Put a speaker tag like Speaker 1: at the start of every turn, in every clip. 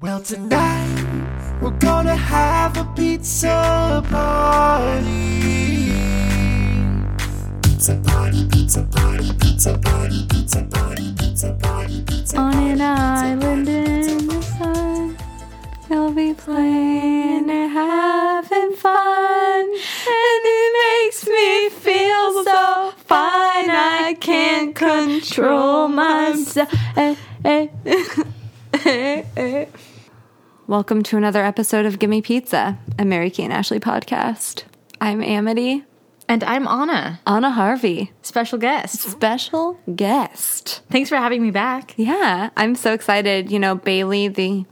Speaker 1: Well, tonight we're gonna have a pizza party. Pizza party, pizza party, pizza party, pizza party, pizza party, pizza
Speaker 2: On an island in the sun, they'll be playing and having fun. And it makes me feel so fine, I can't control myself. Eh, eh. Eh, eh. Welcome to another episode of Gimme Pizza, a Mary Kay and Ashley podcast. I'm Amity,
Speaker 3: And I'm Anna,
Speaker 2: Anna Harvey,
Speaker 3: special guest.
Speaker 2: special guest.
Speaker 3: Thanks for having me back.
Speaker 2: Yeah, I'm so excited. You know, Bailey, the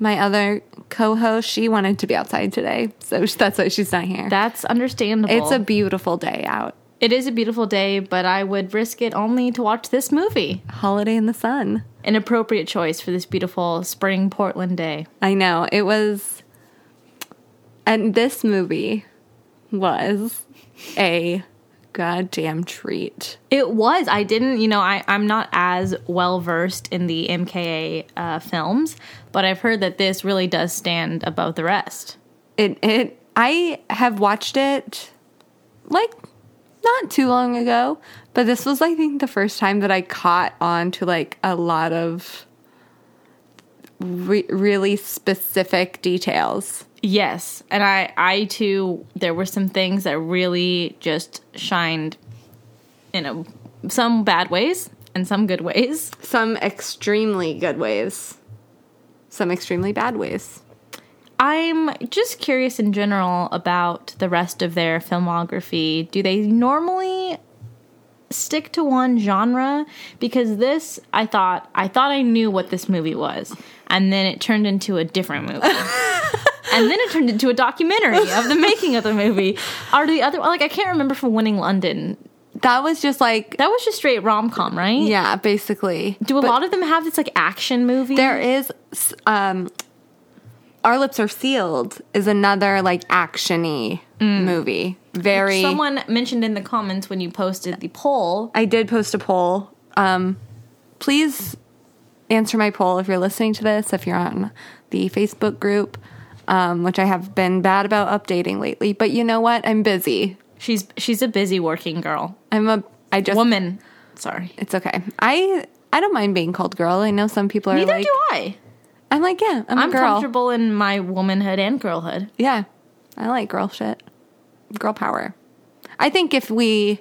Speaker 2: my other co-host, she wanted to be outside today, so sh- that's why she's not here.
Speaker 3: That's understandable.
Speaker 2: it's a beautiful day out.
Speaker 3: it is a beautiful day, but I would risk it only to watch this movie.
Speaker 2: Holiday in the sun.
Speaker 3: An appropriate choice for this beautiful spring Portland day.
Speaker 2: I know it was, and this movie was a goddamn treat.
Speaker 3: It was. I didn't, you know, I, I'm not as well versed in the MKA uh, films, but I've heard that this really does stand above the rest.
Speaker 2: It it I have watched it like not too long ago, but this was I think the first time that I caught on to like a lot of re- really specific details.
Speaker 3: Yes, and I I too there were some things that really just shined in a, some bad ways and some good ways.
Speaker 2: Some extremely good ways, some extremely bad ways.
Speaker 3: I'm just curious in general about the rest of their filmography. Do they normally stick to one genre? Because this I thought I thought I knew what this movie was, and then it turned into a different movie. And then it turned into a documentary of the making of the movie. Are the other like I can't remember from Winning London
Speaker 2: That was just like
Speaker 3: That was just straight rom com, right?
Speaker 2: yeah, basically.
Speaker 3: Do a lot of them have this like action movie?
Speaker 2: There is s- um Our Lips Are Sealed is another like actiony movie. Very
Speaker 3: Someone mentioned in the comments when you posted the poll.
Speaker 2: I did post a poll. Um, please answer my poll if you're listening to this, if you're on the Facebook group, um, which I have been bad about updating lately. But you know what? I'm busy.
Speaker 3: She's she's a busy working girl,
Speaker 2: I'm a. I just.
Speaker 3: woman. Sorry.
Speaker 2: It's okay. I I don't mind being called girl. I know some people are
Speaker 3: Neither
Speaker 2: like.
Speaker 3: do I.
Speaker 2: I'm like yeah. I'm,
Speaker 3: I'm
Speaker 2: a girl.
Speaker 3: comfortable in my womanhood and girlhood.
Speaker 2: Yeah. I like girl shit. Girl power. I think if we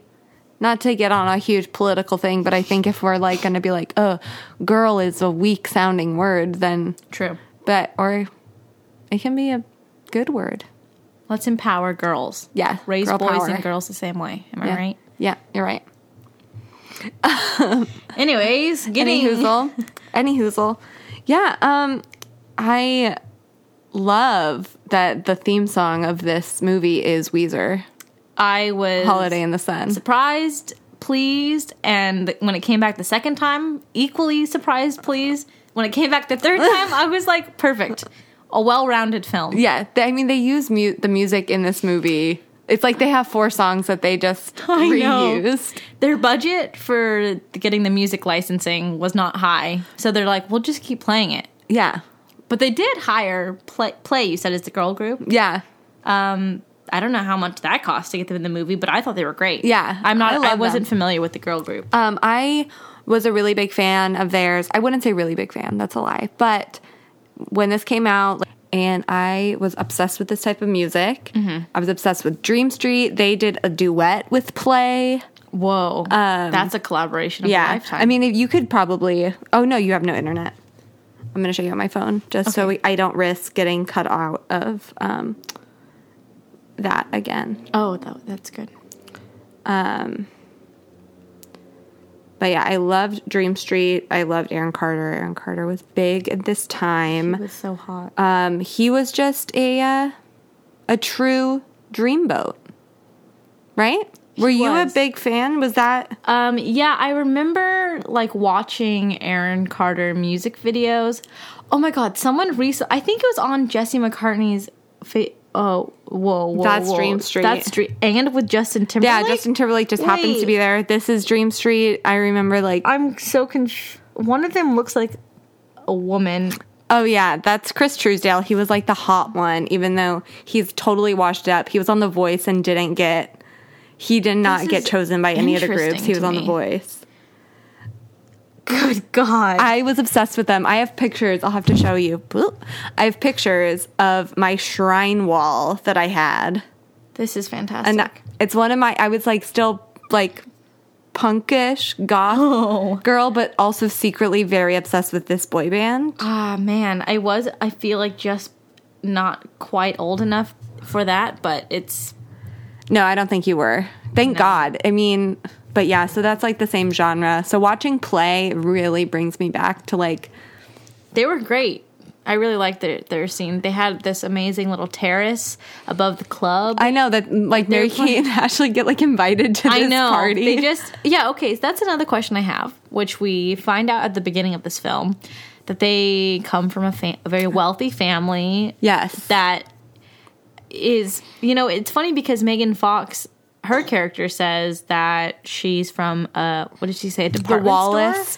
Speaker 2: not to get on a huge political thing, but I think if we're like going to be like, "Oh, girl is a weak sounding word," then
Speaker 3: True.
Speaker 2: but or it can be a good word.
Speaker 3: Let's empower girls.
Speaker 2: Yeah,
Speaker 3: Raise
Speaker 2: girl
Speaker 3: boys
Speaker 2: power.
Speaker 3: and girls the same way. Am
Speaker 2: Yeah.
Speaker 3: I right?
Speaker 2: Yeah, you're right.
Speaker 3: Anyways,
Speaker 2: Any
Speaker 3: getting
Speaker 2: hoozle, any hoozle. Yeah, um, I love that the theme song of this movie is Weezer,
Speaker 3: I was
Speaker 2: "Holiday in the Sun."
Speaker 3: surprised, pleased, and when it came back the second time, equally surprised, pleased. When it came back the third time, I was like, perfect. A well rounded film.
Speaker 2: Yeah, they, I mean they use mu- the music in this movie. It's like they have four songs that they just
Speaker 3: I know.
Speaker 2: reused.
Speaker 3: Their budget for getting the music licensing was not high. So they're like, we'll just keep playing it.
Speaker 2: Yeah,
Speaker 3: But they did hire Play, play you said, is the girl group.
Speaker 2: yeah.
Speaker 3: Um, I don't know how much that cost to get them in the movie, but I thought they were great.
Speaker 2: Yeah,
Speaker 3: I'm
Speaker 2: I
Speaker 3: not,
Speaker 2: love
Speaker 3: I, wasn't
Speaker 2: them.
Speaker 3: familiar with the girl group.
Speaker 2: Um, I was a really big fan of theirs. I wouldn't say really big fan, that's a lie. But when this came out, like, and I was obsessed with this type of music.
Speaker 3: Mm-hmm.
Speaker 2: I was obsessed with Dream Street. They did a duet with Play.
Speaker 3: Whoa. That's a collaboration of a lifetime.
Speaker 2: I mean, if you could probably. Oh no, you have no internet. I'm going to show you on my phone just so we, I don't risk getting cut out of um, that again.
Speaker 3: oh, that, that's good.
Speaker 2: But yeah, I loved Dream Street. I loved Aaron Carter. Aaron Carter was big at this time.
Speaker 3: It was so hot.
Speaker 2: um, he was just a uh, a true dreamboat, right? Were you a
Speaker 3: was.
Speaker 2: big fan? Was that
Speaker 3: Um, yeah, I remember like watching Aaron Carter music videos. Oh my god, someone recently, I think it was on Jesse McCartney's. Fa- oh, whoa, whoa,
Speaker 2: That's
Speaker 3: whoa.
Speaker 2: Dream Street.
Speaker 3: That's Dream, and with Justin
Speaker 2: yeah?
Speaker 3: Timberlake.
Speaker 2: Justin Timberlake just happens to
Speaker 3: wait.
Speaker 2: be there. This is Dream Street. I remember like
Speaker 3: I'm so confused. One of them looks like a woman.
Speaker 2: Oh yeah, that's Chris Truesdale. He was like the hot one, even though he's totally washed up. He was on The Voice and didn't get. He did not
Speaker 3: This
Speaker 2: get
Speaker 3: is
Speaker 2: chosen by any of the
Speaker 3: interesting
Speaker 2: groups. He
Speaker 3: to
Speaker 2: was on The
Speaker 3: me.
Speaker 2: Voice.
Speaker 3: Good God.
Speaker 2: I was obsessed with them. I have pictures. I'll have to show you. Boop. I have pictures of my shrine wall that I had.
Speaker 3: this is fantastic.
Speaker 2: and it's one of my i was like still like punkish goth
Speaker 3: Oh.
Speaker 2: girl but also secretly very obsessed with this boy band
Speaker 3: Ah, man. I was, I feel like just not quite old enough for that, but it's,
Speaker 2: no i don't think you were thank god i mean but yeah so that's like the same genre so watching play really brings me back to like
Speaker 3: they were great. I really liked their, their scene. They had this amazing little terrace above the club.
Speaker 2: i know that mm, like mary kate and ashley get like invited to this
Speaker 3: I know.
Speaker 2: party
Speaker 3: They just yeah. Okay, so that's another question I have, which we find out at the beginning of this film that they come from a, fa- a very wealthy family.
Speaker 2: yes
Speaker 3: That is, you know, it's funny because Megan Fox, her character says that she's from a what did she say? A
Speaker 2: the
Speaker 3: department
Speaker 2: wallace
Speaker 3: store?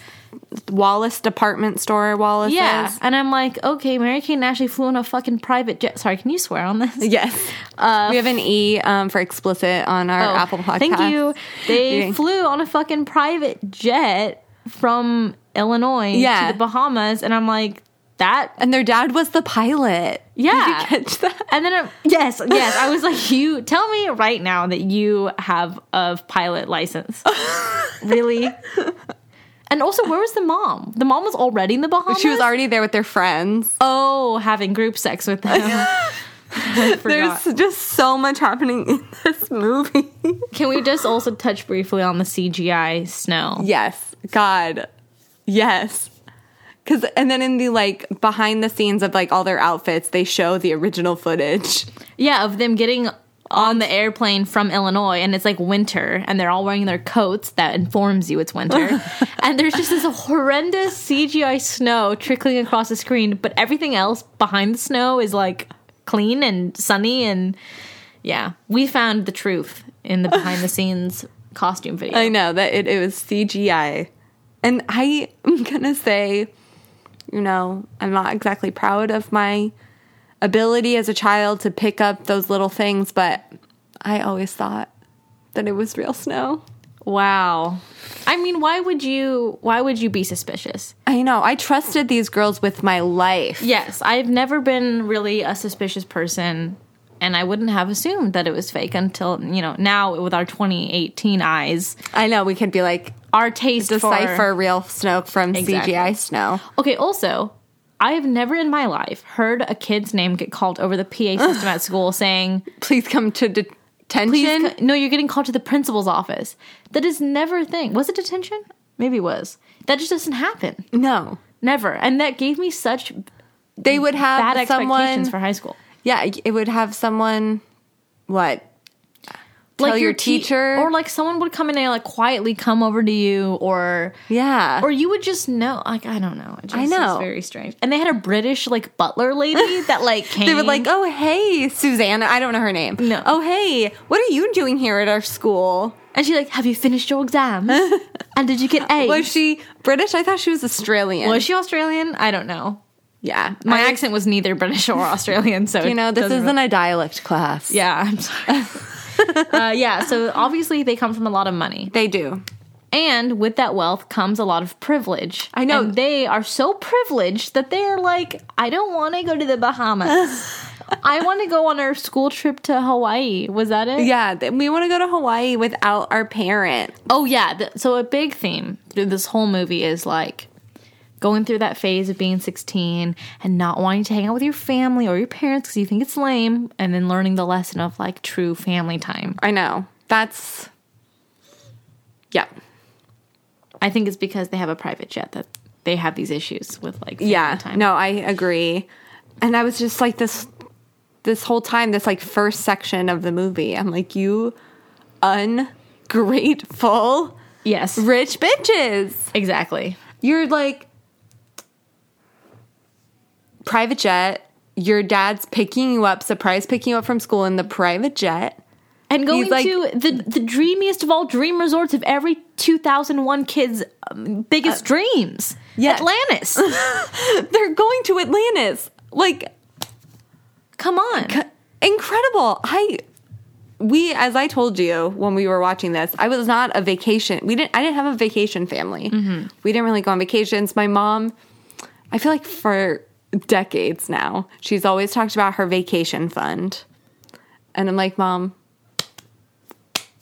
Speaker 2: wallace department store wallace
Speaker 3: Yeah,
Speaker 2: is.
Speaker 3: and I'm like, okay, Mary Kate and Ashley flew on a fucking private jet. Sorry, can you swear on this?
Speaker 2: Yes. we have an E um, for explicit on our
Speaker 3: Uh, Oh,
Speaker 2: Apple podcast.
Speaker 3: Thank you. They
Speaker 2: Eating.
Speaker 3: flew on a fucking private jet from Illinois
Speaker 2: Yeah.
Speaker 3: to the Bahamas, and I'm like, that.
Speaker 2: And their dad was the pilot.
Speaker 3: Yeah.
Speaker 2: Did you catch that?
Speaker 3: And then, I- yes, yes, I was like, you tell me right now that you have a pilot license. really? And also, where was the mom? The mom was already in the Bahamas.
Speaker 2: She was already there with their friends.
Speaker 3: oh having group sex with them. I forgot.
Speaker 2: There's just so much happening in this movie.
Speaker 3: Can we just also touch briefly on the CGI snow?
Speaker 2: yes. God. Yes. Cause and then in the like behind the scenes of like all their outfits, they show the original footage.
Speaker 3: Yeah, of them getting on the airplane from Illinois, and it's like winter, and they're all wearing their coats that informs you it's winter. and there's just this horrendous CGI snow trickling across the screen, but everything else behind the snow is like clean and sunny. And yeah, we found the truth in the behind the scenes costume video.
Speaker 2: I know that it, it was CGI. And I am gonna say, you know, I'm not exactly proud of my ability as a child to pick up those little things, but I always thought that it was real snow.
Speaker 3: wow. I mean, why would you? Why would you be suspicious?
Speaker 2: I know. I trusted these girls with my life.
Speaker 3: Yes, I've never been really a suspicious person, and I wouldn't have assumed that it was fake until you know now with our 2018 eyes,
Speaker 2: I know we could be like
Speaker 3: our taste
Speaker 2: decipher
Speaker 3: for
Speaker 2: real snow from
Speaker 3: Exactly.
Speaker 2: CGI snow.
Speaker 3: okay. Also, I have never in my life heard a kid's name get called over the PA system at school saying,
Speaker 2: Please come to
Speaker 3: "Please,
Speaker 2: detention.
Speaker 3: co- no, you're getting called to the principal's office." That is never a thing. Was it detention? Maybe it was. That just doesn't happen.
Speaker 2: no.
Speaker 3: Never, and that gave me such
Speaker 2: They would have
Speaker 3: bad
Speaker 2: someone
Speaker 3: expectations for high school.
Speaker 2: Yeah, it would have someone what? Tell your
Speaker 3: te-
Speaker 2: teacher?
Speaker 3: or like someone would come in and like quietly come over to you or
Speaker 2: Yeah.
Speaker 3: or you would just know like i don't know it just,
Speaker 2: I know.
Speaker 3: it's very strange and they had a british like butler lady that like came
Speaker 2: they would like, "Oh, hey, Susanna, I don't know her name.
Speaker 3: No.
Speaker 2: Oh, hey, what are you doing here at our school?"
Speaker 3: and she like have you finished your exams and did you get a
Speaker 2: Was she British? I thought she was Australian.
Speaker 3: was she australian i don't know
Speaker 2: yeah.
Speaker 3: my
Speaker 2: I-
Speaker 3: accent was neither british or australian so
Speaker 2: you know, this
Speaker 3: doesn't
Speaker 2: isn't a dialect class.
Speaker 3: really- yeah i'm sorry uh, yeah so obviously they come from a lot of money
Speaker 2: They do.
Speaker 3: And with that wealth comes a lot of privilege.
Speaker 2: I know.
Speaker 3: And they are so privileged that they're like, I don't want to go to the Bahamas. I want to go on our school trip to Hawaii. Was that it?
Speaker 2: Yeah, th- we want to go to Hawaii without our parent.
Speaker 3: Oh, yeah. Th- So, a big theme through this whole movie is like going through that phase of being 16 and not wanting to hang out with your family or your parents because you think it's lame, and then learning the lesson of like true family time.
Speaker 2: I know. That's Yeah.
Speaker 3: I think it's because they have a private jet that they have these issues with like family
Speaker 2: Yeah.
Speaker 3: time.
Speaker 2: No, I agree. And I was just like this this whole time, this like first section of the movie, I'm like, you ungrateful
Speaker 3: Yes.
Speaker 2: rich bitches.
Speaker 3: Exactly.
Speaker 2: You're like private jet. Your dad's picking you up, surprise picking you up from school in the private jet.
Speaker 3: and going
Speaker 2: like-
Speaker 3: to the the dreamiest of all dream resorts of every 2001 kid's um, biggest dreams.
Speaker 2: yeah.
Speaker 3: Atlantis.
Speaker 2: They're going to Atlantis. Like
Speaker 3: Come on.
Speaker 2: incredible. I we as I told you when we were watching this, I was not a vacation. We didn't I didn't have a vacation family.
Speaker 3: Mm-hmm.
Speaker 2: We didn't really go on vacations. My mom I feel like for decades now, she's always talked about her vacation fund. And I'm like, "Mom,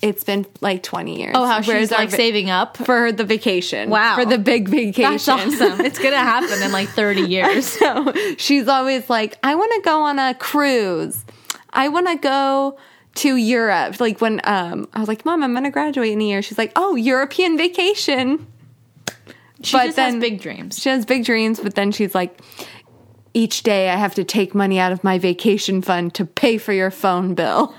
Speaker 2: it's been like 20 years.
Speaker 3: oh, how
Speaker 2: Where's
Speaker 3: she's
Speaker 2: our
Speaker 3: like
Speaker 2: va-
Speaker 3: saving up.
Speaker 2: for the vacation.
Speaker 3: Wow.
Speaker 2: For the big vacation.
Speaker 3: That's awesome. It's gonna happen in like 30 years.
Speaker 2: So she's always like, I want to go on a cruise. I want to go to Europe. Like when um, I was like, Mom, I'm going to graduate in a year. She's like, Oh, European vacation.
Speaker 3: She
Speaker 2: But
Speaker 3: just
Speaker 2: then-
Speaker 3: has big dreams.
Speaker 2: She has big dreams, but then she's like, Each day I have to take money out of my vacation fund to pay for your phone bill.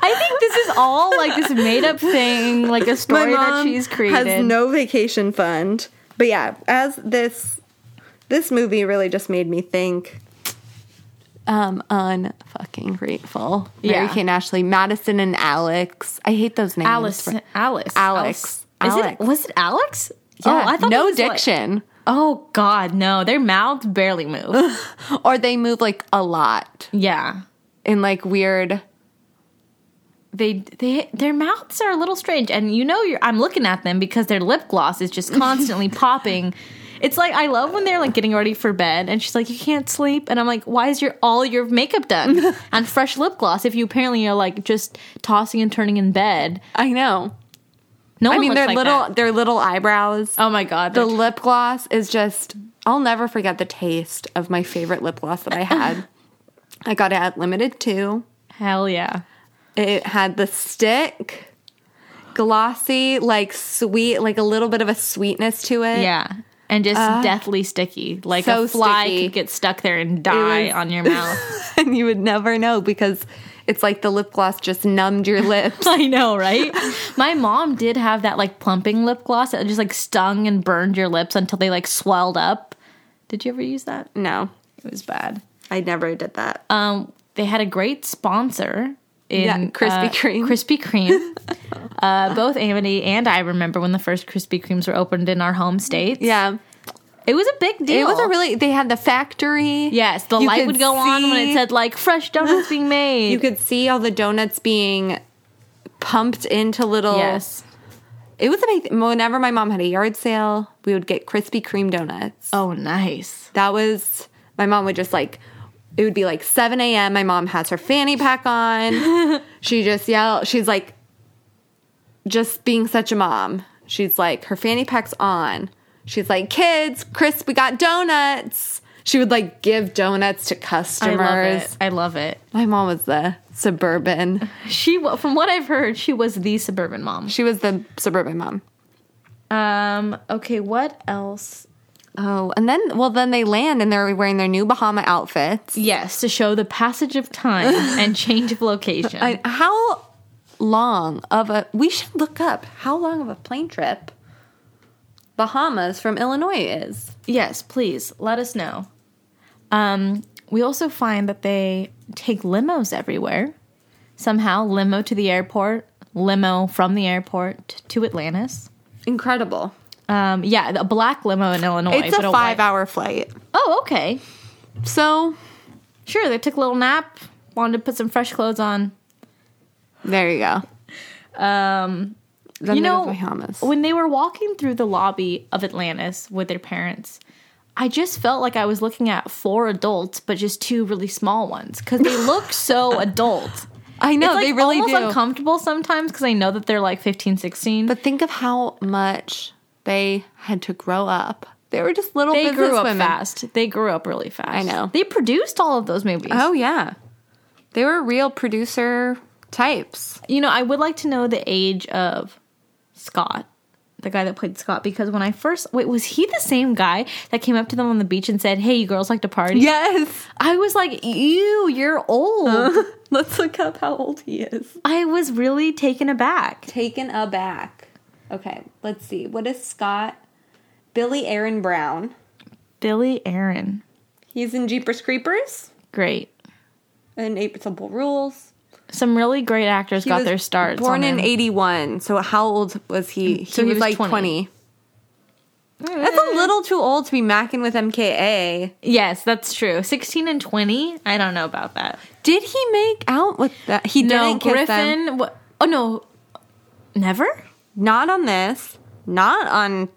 Speaker 3: I think this is all like this made up thing, like a story that she's created.
Speaker 2: has no vacation fund. But yeah, as this this movie really just made me think um unfucking grateful. Mary
Speaker 3: Yeah.
Speaker 2: Kay and Ashley, Madison and Alex. I hate those names.
Speaker 3: Alice.
Speaker 2: Right.
Speaker 3: Alice.
Speaker 2: Alex.
Speaker 3: Is
Speaker 2: Alex.
Speaker 3: it was it Alex?
Speaker 2: Yeah,
Speaker 3: oh, I thought it
Speaker 2: no
Speaker 3: was, like-
Speaker 2: diction.
Speaker 3: oh God, no! Their mouths barely move.
Speaker 2: or they move like a lot
Speaker 3: yeah,
Speaker 2: in like weird
Speaker 3: they they their mouths are a little strange, and you know you're, I'm looking at them because their lip gloss is just constantly popping. It's like I love when they're like getting ready for bed, and she's like, "You can't sleep," and I'm like, "Why is your all your makeup done and fresh lip gloss if you apparently are like just tossing and turning in bed?"
Speaker 2: I know.
Speaker 3: No,
Speaker 2: I
Speaker 3: one
Speaker 2: mean
Speaker 3: looks
Speaker 2: their
Speaker 3: like
Speaker 2: little
Speaker 3: that.
Speaker 2: their little eyebrows.
Speaker 3: Oh my God,
Speaker 2: The
Speaker 3: they're-
Speaker 2: lip gloss is just, I'll never forget the taste of my favorite lip gloss that I had. I got it at Limited 2.
Speaker 3: hell yeah.
Speaker 2: It had the stick, glossy, like sweet, like a little bit of a sweetness to it.
Speaker 3: Yeah. And just deathly sticky. Like
Speaker 2: Uh, so
Speaker 3: a fly
Speaker 2: sticky.
Speaker 3: could get stuck there and die
Speaker 2: was-
Speaker 3: on your mouth.
Speaker 2: And you would never know because it's like the lip gloss just numbed your lips.
Speaker 3: I know, right? My mom did have that like plumping lip gloss that just like stung and burned your lips until they like swelled up. Did you ever use that?
Speaker 2: no,
Speaker 3: It was bad.
Speaker 2: I never did that.
Speaker 3: Um, they had a great sponsor in
Speaker 2: Yeah, Krispy
Speaker 3: uh,
Speaker 2: Kreme.
Speaker 3: Krispy Kreme. uh, both Amity and I remember when the first Krispy Kremes were opened in our home states.
Speaker 2: yeah.
Speaker 3: It was a big deal.
Speaker 2: It was a really, they had the factory.
Speaker 3: Yes, the
Speaker 2: You
Speaker 3: light
Speaker 2: could
Speaker 3: would go on when it
Speaker 2: see-
Speaker 3: said like fresh donuts being made.
Speaker 2: You could see all the donuts being pumped into little.
Speaker 3: Yes.
Speaker 2: It was amazing. Whenever my mom had a yard sale, we would get Krispy Kreme donuts.
Speaker 3: Oh, nice.
Speaker 2: That was my mom would just like. It would be like 7 a.m. My mom has her fanny pack on. she just yell. She's like, just being such a mom. She's like, her fanny pack's on. She's like, kids, Chris, we got donuts. She would like give donuts to customers.
Speaker 3: I love it.
Speaker 2: My mom was the suburban.
Speaker 3: She, wa- from what I've heard, she was the suburban mom.
Speaker 2: She was the suburban mom.
Speaker 3: Um. Okay. What else?
Speaker 2: Oh, and then well, then they land and they're wearing their new Bahama outfits.
Speaker 3: Yes, to show the passage of time and change of location.
Speaker 2: I, how long of a? We should look up how long of a plane trip Bahamas from Illinois is.
Speaker 3: yes, please let us know. Um. We also find that they take limos everywhere. Somehow, limo to the airport, limo from the airport to Atlantis.
Speaker 2: Incredible!
Speaker 3: Um, yeah, a black limo in Illinois.
Speaker 2: It's
Speaker 3: but
Speaker 2: a
Speaker 3: white-
Speaker 2: five-hour flight,
Speaker 3: Oh, okay.
Speaker 2: so
Speaker 3: Sure, they took a little nap, wanted to put some fresh clothes on.
Speaker 2: there you go.
Speaker 3: Um,
Speaker 2: Then
Speaker 3: you
Speaker 2: they
Speaker 3: know,
Speaker 2: go to Bahamas.
Speaker 3: when they were walking through the lobby of Atlantis with their parents, I just felt like I was looking at four adults, but just two really small ones because they look so adult.
Speaker 2: I know
Speaker 3: It's, like,
Speaker 2: they really
Speaker 3: almost
Speaker 2: do.
Speaker 3: uncomfortable sometimes because I know that they're like 15, 16.
Speaker 2: but think of how much they had to grow up. They were just little
Speaker 3: they grew up
Speaker 2: businesswomen.
Speaker 3: fast. They grew up really fast. I
Speaker 2: know.
Speaker 3: They produced all of those movies.
Speaker 2: Oh yeah, they were real producer types.
Speaker 3: You know, I would like to know the age of Scott, the guy that played Scott, because when I first wait, was he the same guy that came up to them on the beach and said, "Hey, you girls like to party?"
Speaker 2: Yes.
Speaker 3: I was like, "Ew, you're old."
Speaker 2: Let's look up how old he is.
Speaker 3: I was really taken aback.
Speaker 2: Taken aback. Okay, let's see. What is Scott? Billy Aaron Brown.
Speaker 3: Billy Aaron,
Speaker 2: He's in Jeepers Creepers
Speaker 3: great.
Speaker 2: and April Rules.
Speaker 3: Some really great actors
Speaker 2: He
Speaker 3: got
Speaker 2: was
Speaker 3: their starts.
Speaker 2: Born in
Speaker 3: on him. Mm,
Speaker 2: '81, so how old was he? He,
Speaker 3: So he
Speaker 2: was,
Speaker 3: was Eh.
Speaker 2: like 20.
Speaker 3: 20.
Speaker 2: That's a little too old to be macking with MKA.
Speaker 3: Yes, that's true. 16 and 20. I don't know about that.
Speaker 2: Did he make out with that? He
Speaker 3: No,
Speaker 2: didn't kiss them.
Speaker 3: Griffin. wa- oh, no. Never?
Speaker 2: Not on this. Not on.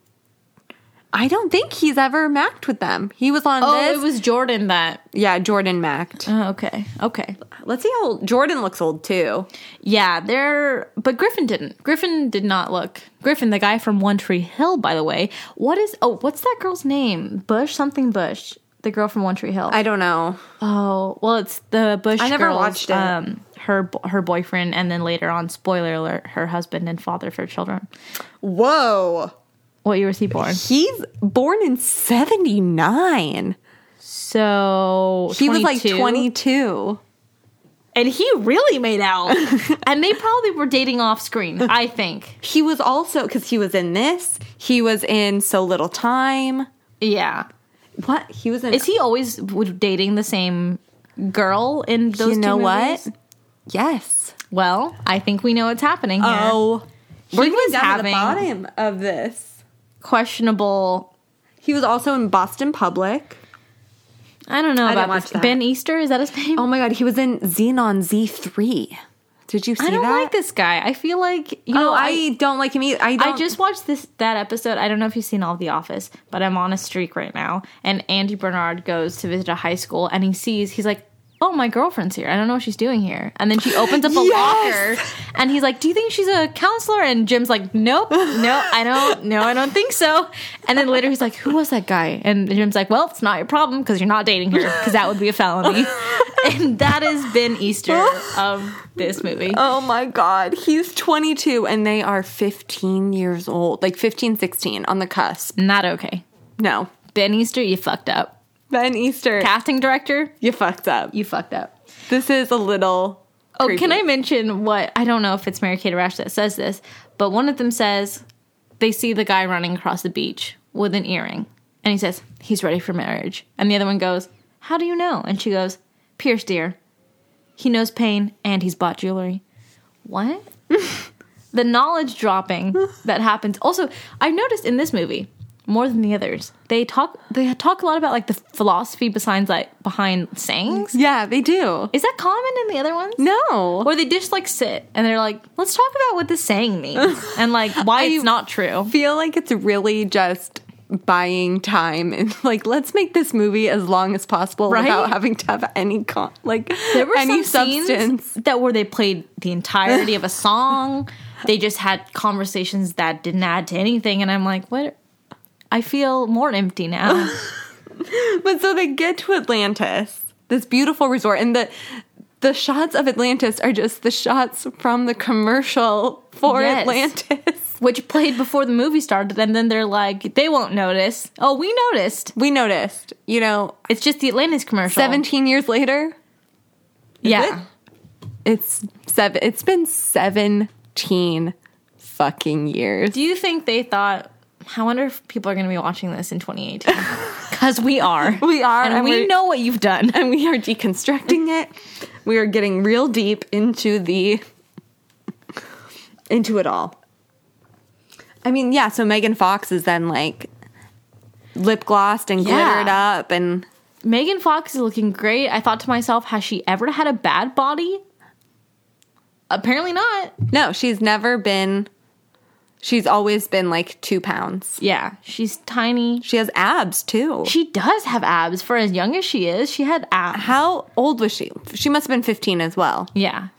Speaker 2: I don't think he's ever macked with them. He was on
Speaker 3: Oh,
Speaker 2: this.
Speaker 3: it was Jordan that.
Speaker 2: yeah, Jordan macked.
Speaker 3: Oh, okay. Okay.
Speaker 2: Let's see how old Jordan looks old too.
Speaker 3: Yeah, they're. But Griffin didn't. Griffin did not look. Griffin, the guy from One Tree Hill, by the way. What is. Oh, what's that girl's name? Bush? Something Bush. The girl from One Tree Hill.
Speaker 2: I don't know.
Speaker 3: oh, well, it's the Bush.
Speaker 2: I never
Speaker 3: girl's,
Speaker 2: watched it.
Speaker 3: Um, her, bo- her boyfriend, and then later on, spoiler alert, her husband and father of her children.
Speaker 2: Whoa.
Speaker 3: What year was he born?
Speaker 2: He's born in 79.
Speaker 3: So
Speaker 2: He was like
Speaker 3: 22?
Speaker 2: 22.
Speaker 3: and he really made out. and they probably were dating off screen. I think.
Speaker 2: He was also, because he was in this, he was in So Little Time.
Speaker 3: Yeah.
Speaker 2: What? He was in.
Speaker 3: Is he always w- dating the same girl in those?
Speaker 2: you know
Speaker 3: two
Speaker 2: what?
Speaker 3: movies?
Speaker 2: Yes.
Speaker 3: Well, I think we know what's happening here.
Speaker 2: He we're
Speaker 3: was
Speaker 2: Oh, was down
Speaker 3: having-
Speaker 2: to the bottom of this.
Speaker 3: questionable.
Speaker 2: He was also in Boston Public.
Speaker 3: I don't know
Speaker 2: I didn't
Speaker 3: about
Speaker 2: watch
Speaker 3: this.
Speaker 2: that.
Speaker 3: Ben Easter. Is that his name?
Speaker 2: Oh my God, he was in Xenon Z3. Did you see
Speaker 3: I don't
Speaker 2: that?
Speaker 3: like this guy. I feel like you
Speaker 2: Oh,
Speaker 3: know.
Speaker 2: I,
Speaker 3: I
Speaker 2: don't like him either. I,
Speaker 3: I
Speaker 2: don't,
Speaker 3: just watched this that episode. I don't know if you've seen all of The Office, but I'm on a streak right now. And Andy Bernard goes to visit a high school, and he sees he's like, "Oh, my girlfriend's here. I don't know what she's doing here." And then she opens up a
Speaker 2: Yes!
Speaker 3: locker, and he's like, "Do you think she's a counselor?" And Jim's like, "Nope, no, I don't, no, I don't think so." And then later he's like, "Who was that guy?" And Jim's like, "Well, it's not your problem because you're not dating her because that would be a felony." and that has been Easter of this movie.
Speaker 2: Oh my God. He's 22 and they are 15 years old, like 15, 16 on the cusp.
Speaker 3: Not okay.
Speaker 2: No.
Speaker 3: Ben Easter, you fucked up.
Speaker 2: Ben Easter.
Speaker 3: casting director,
Speaker 2: you fucked up.
Speaker 3: you fucked up.
Speaker 2: This is a little.
Speaker 3: Oh,
Speaker 2: creepy.
Speaker 3: can I mention what I don't know if it's Mary Kate or Ash that says this, but one of them says they see the guy running across the beach with an earring, and he says he's ready for marriage, and the other one goes, "How do you know?" And she goes, "Pierce, dear, he knows pain, and he's bought jewelry." What? the knowledge dropping that happens. Also, I've noticed in this movie more than the others, they talk they talk a lot about like the philosophy behind like behind sayings.
Speaker 2: Yeah, they do.
Speaker 3: Is that common in the other ones?
Speaker 2: No.
Speaker 3: Or they just like sit and they're like, let's talk about what this saying means and like why it's not true.
Speaker 2: I feel like it's really just buying time and like let's make this movie as long as possible
Speaker 3: Right?
Speaker 2: without having to have any con- like
Speaker 3: There were
Speaker 2: any
Speaker 3: some
Speaker 2: substance.
Speaker 3: scenes that where they played the entirety of a song. They just had conversations that didn't add to anything, and I'm like, what? I feel more empty now.
Speaker 2: But so they get to Atlantis, this beautiful resort, and the the shots of Atlantis are just the shots from the commercial for
Speaker 3: Yes.
Speaker 2: Atlantis.
Speaker 3: Which played before the movie started, and then they're like, they won't notice. Oh, we noticed.
Speaker 2: We noticed, you know,
Speaker 3: It's just the Atlantis commercial.
Speaker 2: 17 years later,
Speaker 3: yeah.
Speaker 2: it's seven it's been 17 fucking years.
Speaker 3: Do you think they thought, I wonder if people are going to be watching this in 2018? Because we are.
Speaker 2: We are,
Speaker 3: And,
Speaker 2: and
Speaker 3: we
Speaker 2: we're-
Speaker 3: know what you've done.
Speaker 2: and we are deconstructing it. We are getting real deep into the into it all. I mean, yeah, so Megan Fox is then like lip glossed and
Speaker 3: Yeah.
Speaker 2: glittered up and
Speaker 3: Megan Fox is looking great. I thought to myself, has she ever had a bad body? Apparently not.
Speaker 2: no, she's never been she's always been like 2 pounds.
Speaker 3: Yeah, she's tiny.
Speaker 2: She has abs too.
Speaker 3: She does have abs for as young as she is. She had abs.
Speaker 2: How old was she? She must have been 15 as well.
Speaker 3: Yeah.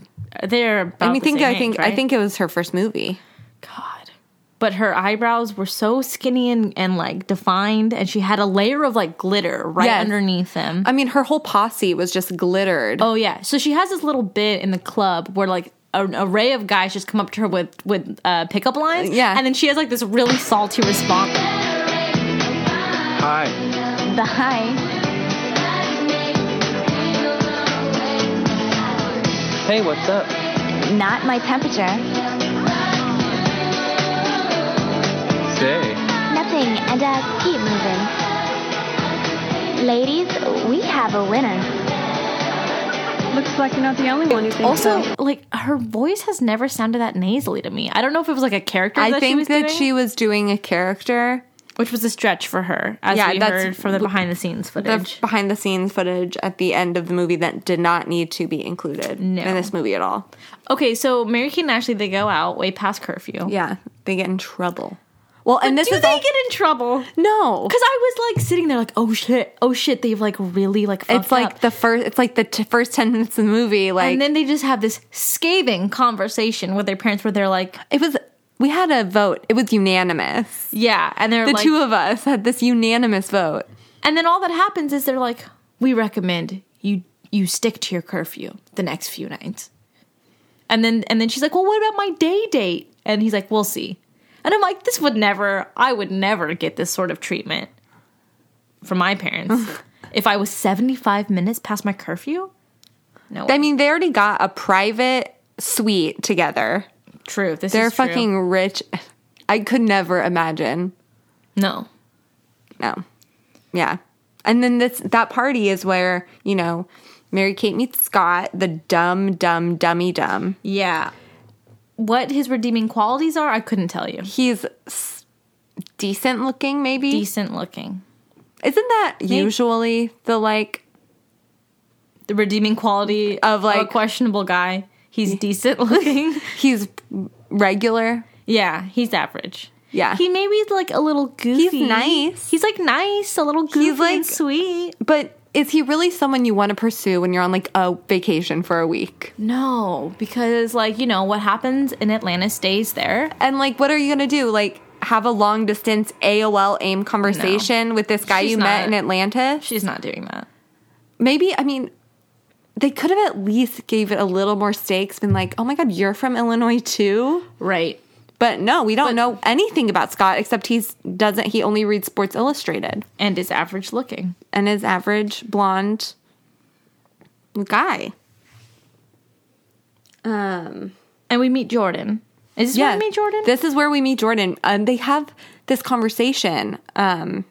Speaker 3: They're about
Speaker 2: I mean,
Speaker 3: the
Speaker 2: think
Speaker 3: same
Speaker 2: I
Speaker 3: age,
Speaker 2: think I
Speaker 3: right?
Speaker 2: think it was her first movie.
Speaker 3: God. But her eyebrows were so skinny and, and like defined, and she had a layer of like glitter right
Speaker 2: Yes.
Speaker 3: underneath them.
Speaker 2: I mean, her whole posse was just glittered.
Speaker 3: Oh yeah. So she has this little bit in the club where like an array of guys just come up to her with with uh, pickup lines.
Speaker 2: Yeah.
Speaker 3: And then she has like this really salty response.
Speaker 1: Hi.
Speaker 3: The hi.
Speaker 1: Hey, what's up?
Speaker 4: Not my temperature.
Speaker 1: Say.
Speaker 4: Nothing, and uh, keep moving. Ladies, we have a winner.
Speaker 2: Looks like you're not the only one who thinks
Speaker 3: Also,
Speaker 2: so.
Speaker 3: like her voice has never sounded that nasally to me. I don't know if it was like a character.
Speaker 2: I
Speaker 3: that she
Speaker 2: think
Speaker 3: was
Speaker 2: that
Speaker 3: doing,
Speaker 2: she was doing a character.
Speaker 3: which was a stretch for her, as
Speaker 2: Yeah,
Speaker 3: we
Speaker 2: that's-
Speaker 3: heard from the behind the scenes
Speaker 2: The
Speaker 3: footage.
Speaker 2: behind the scenes footage at the end of the movie that did not need to be included
Speaker 3: No.
Speaker 2: in this movie at all.
Speaker 3: okay, so Mary Kate and Ashley they go out way past curfew.
Speaker 2: Yeah, they get in trouble. Well, and this
Speaker 3: Do
Speaker 2: is
Speaker 3: they
Speaker 2: all-
Speaker 3: get in trouble?
Speaker 2: no.
Speaker 3: Because I was like sitting there, like, oh shit, oh shit, they've like really like.
Speaker 2: It's
Speaker 3: fucked
Speaker 2: like
Speaker 3: up.
Speaker 2: the first. It's like the t- first ten minutes of the movie. Like
Speaker 3: and then they just have this scathing conversation with their parents, where they're like,
Speaker 2: it was. We had a vote. It was unanimous.
Speaker 3: yeah, and they're
Speaker 2: The
Speaker 3: like,
Speaker 2: two of us had this unanimous vote.
Speaker 3: and then all that happens is they're like, we recommend you you stick to your curfew the next few nights, and then and then she's like, well, what about my day date? And he's like, we'll see. And I'm like, this would never, I would never get this sort of treatment from my parents. if I was 75 minutes past my curfew, no,
Speaker 2: I mean, they already got a private suite together.
Speaker 3: true. This
Speaker 2: They're
Speaker 3: is true.
Speaker 2: fucking rich. I could never imagine.
Speaker 3: no.
Speaker 2: No. Yeah. And then this that party is where, you know, Mary Kate meets Scott, the dumb, dumb, dummy dumb.
Speaker 3: Yeah. What his redeeming qualities are, I couldn't tell you.
Speaker 2: He's s- decent looking, maybe.
Speaker 3: Decent looking.
Speaker 2: Isn't that usually the like?
Speaker 3: The redeeming quality
Speaker 2: Of,
Speaker 3: of like a
Speaker 2: like-
Speaker 3: questionable guy. He's decent looking.
Speaker 2: He's regular.
Speaker 3: yeah, he's average.
Speaker 2: Yeah.
Speaker 3: He maybe is like a little goofy.
Speaker 2: nice.
Speaker 3: He's like nice, a little goofy and
Speaker 2: like-
Speaker 3: sweet.
Speaker 2: But is he really someone you want to pursue when you're on like a vacation for a week?
Speaker 3: No, because like, you know, what happens in Atlanta stays there.
Speaker 2: And like, what are you going to do? Like, have a long distance AOL AIM conversation with this guy
Speaker 3: She's
Speaker 2: you
Speaker 3: not.
Speaker 2: met in Atlanta?
Speaker 3: She's not doing that.
Speaker 2: Maybe, I mean, they could have at least gave it a little more stakes, been like, oh my God, you're from Illinois too?
Speaker 3: Right.
Speaker 2: But no, we don't know anything about Scott except he's doesn't, he only reads Sports Illustrated
Speaker 3: And is average looking.
Speaker 2: and is average blonde guy. Um,
Speaker 3: And we meet Jordan. Is this where
Speaker 2: yeah,
Speaker 3: we meet Jordan?
Speaker 2: This is where we meet Jordan. Um, they have this conversation, um,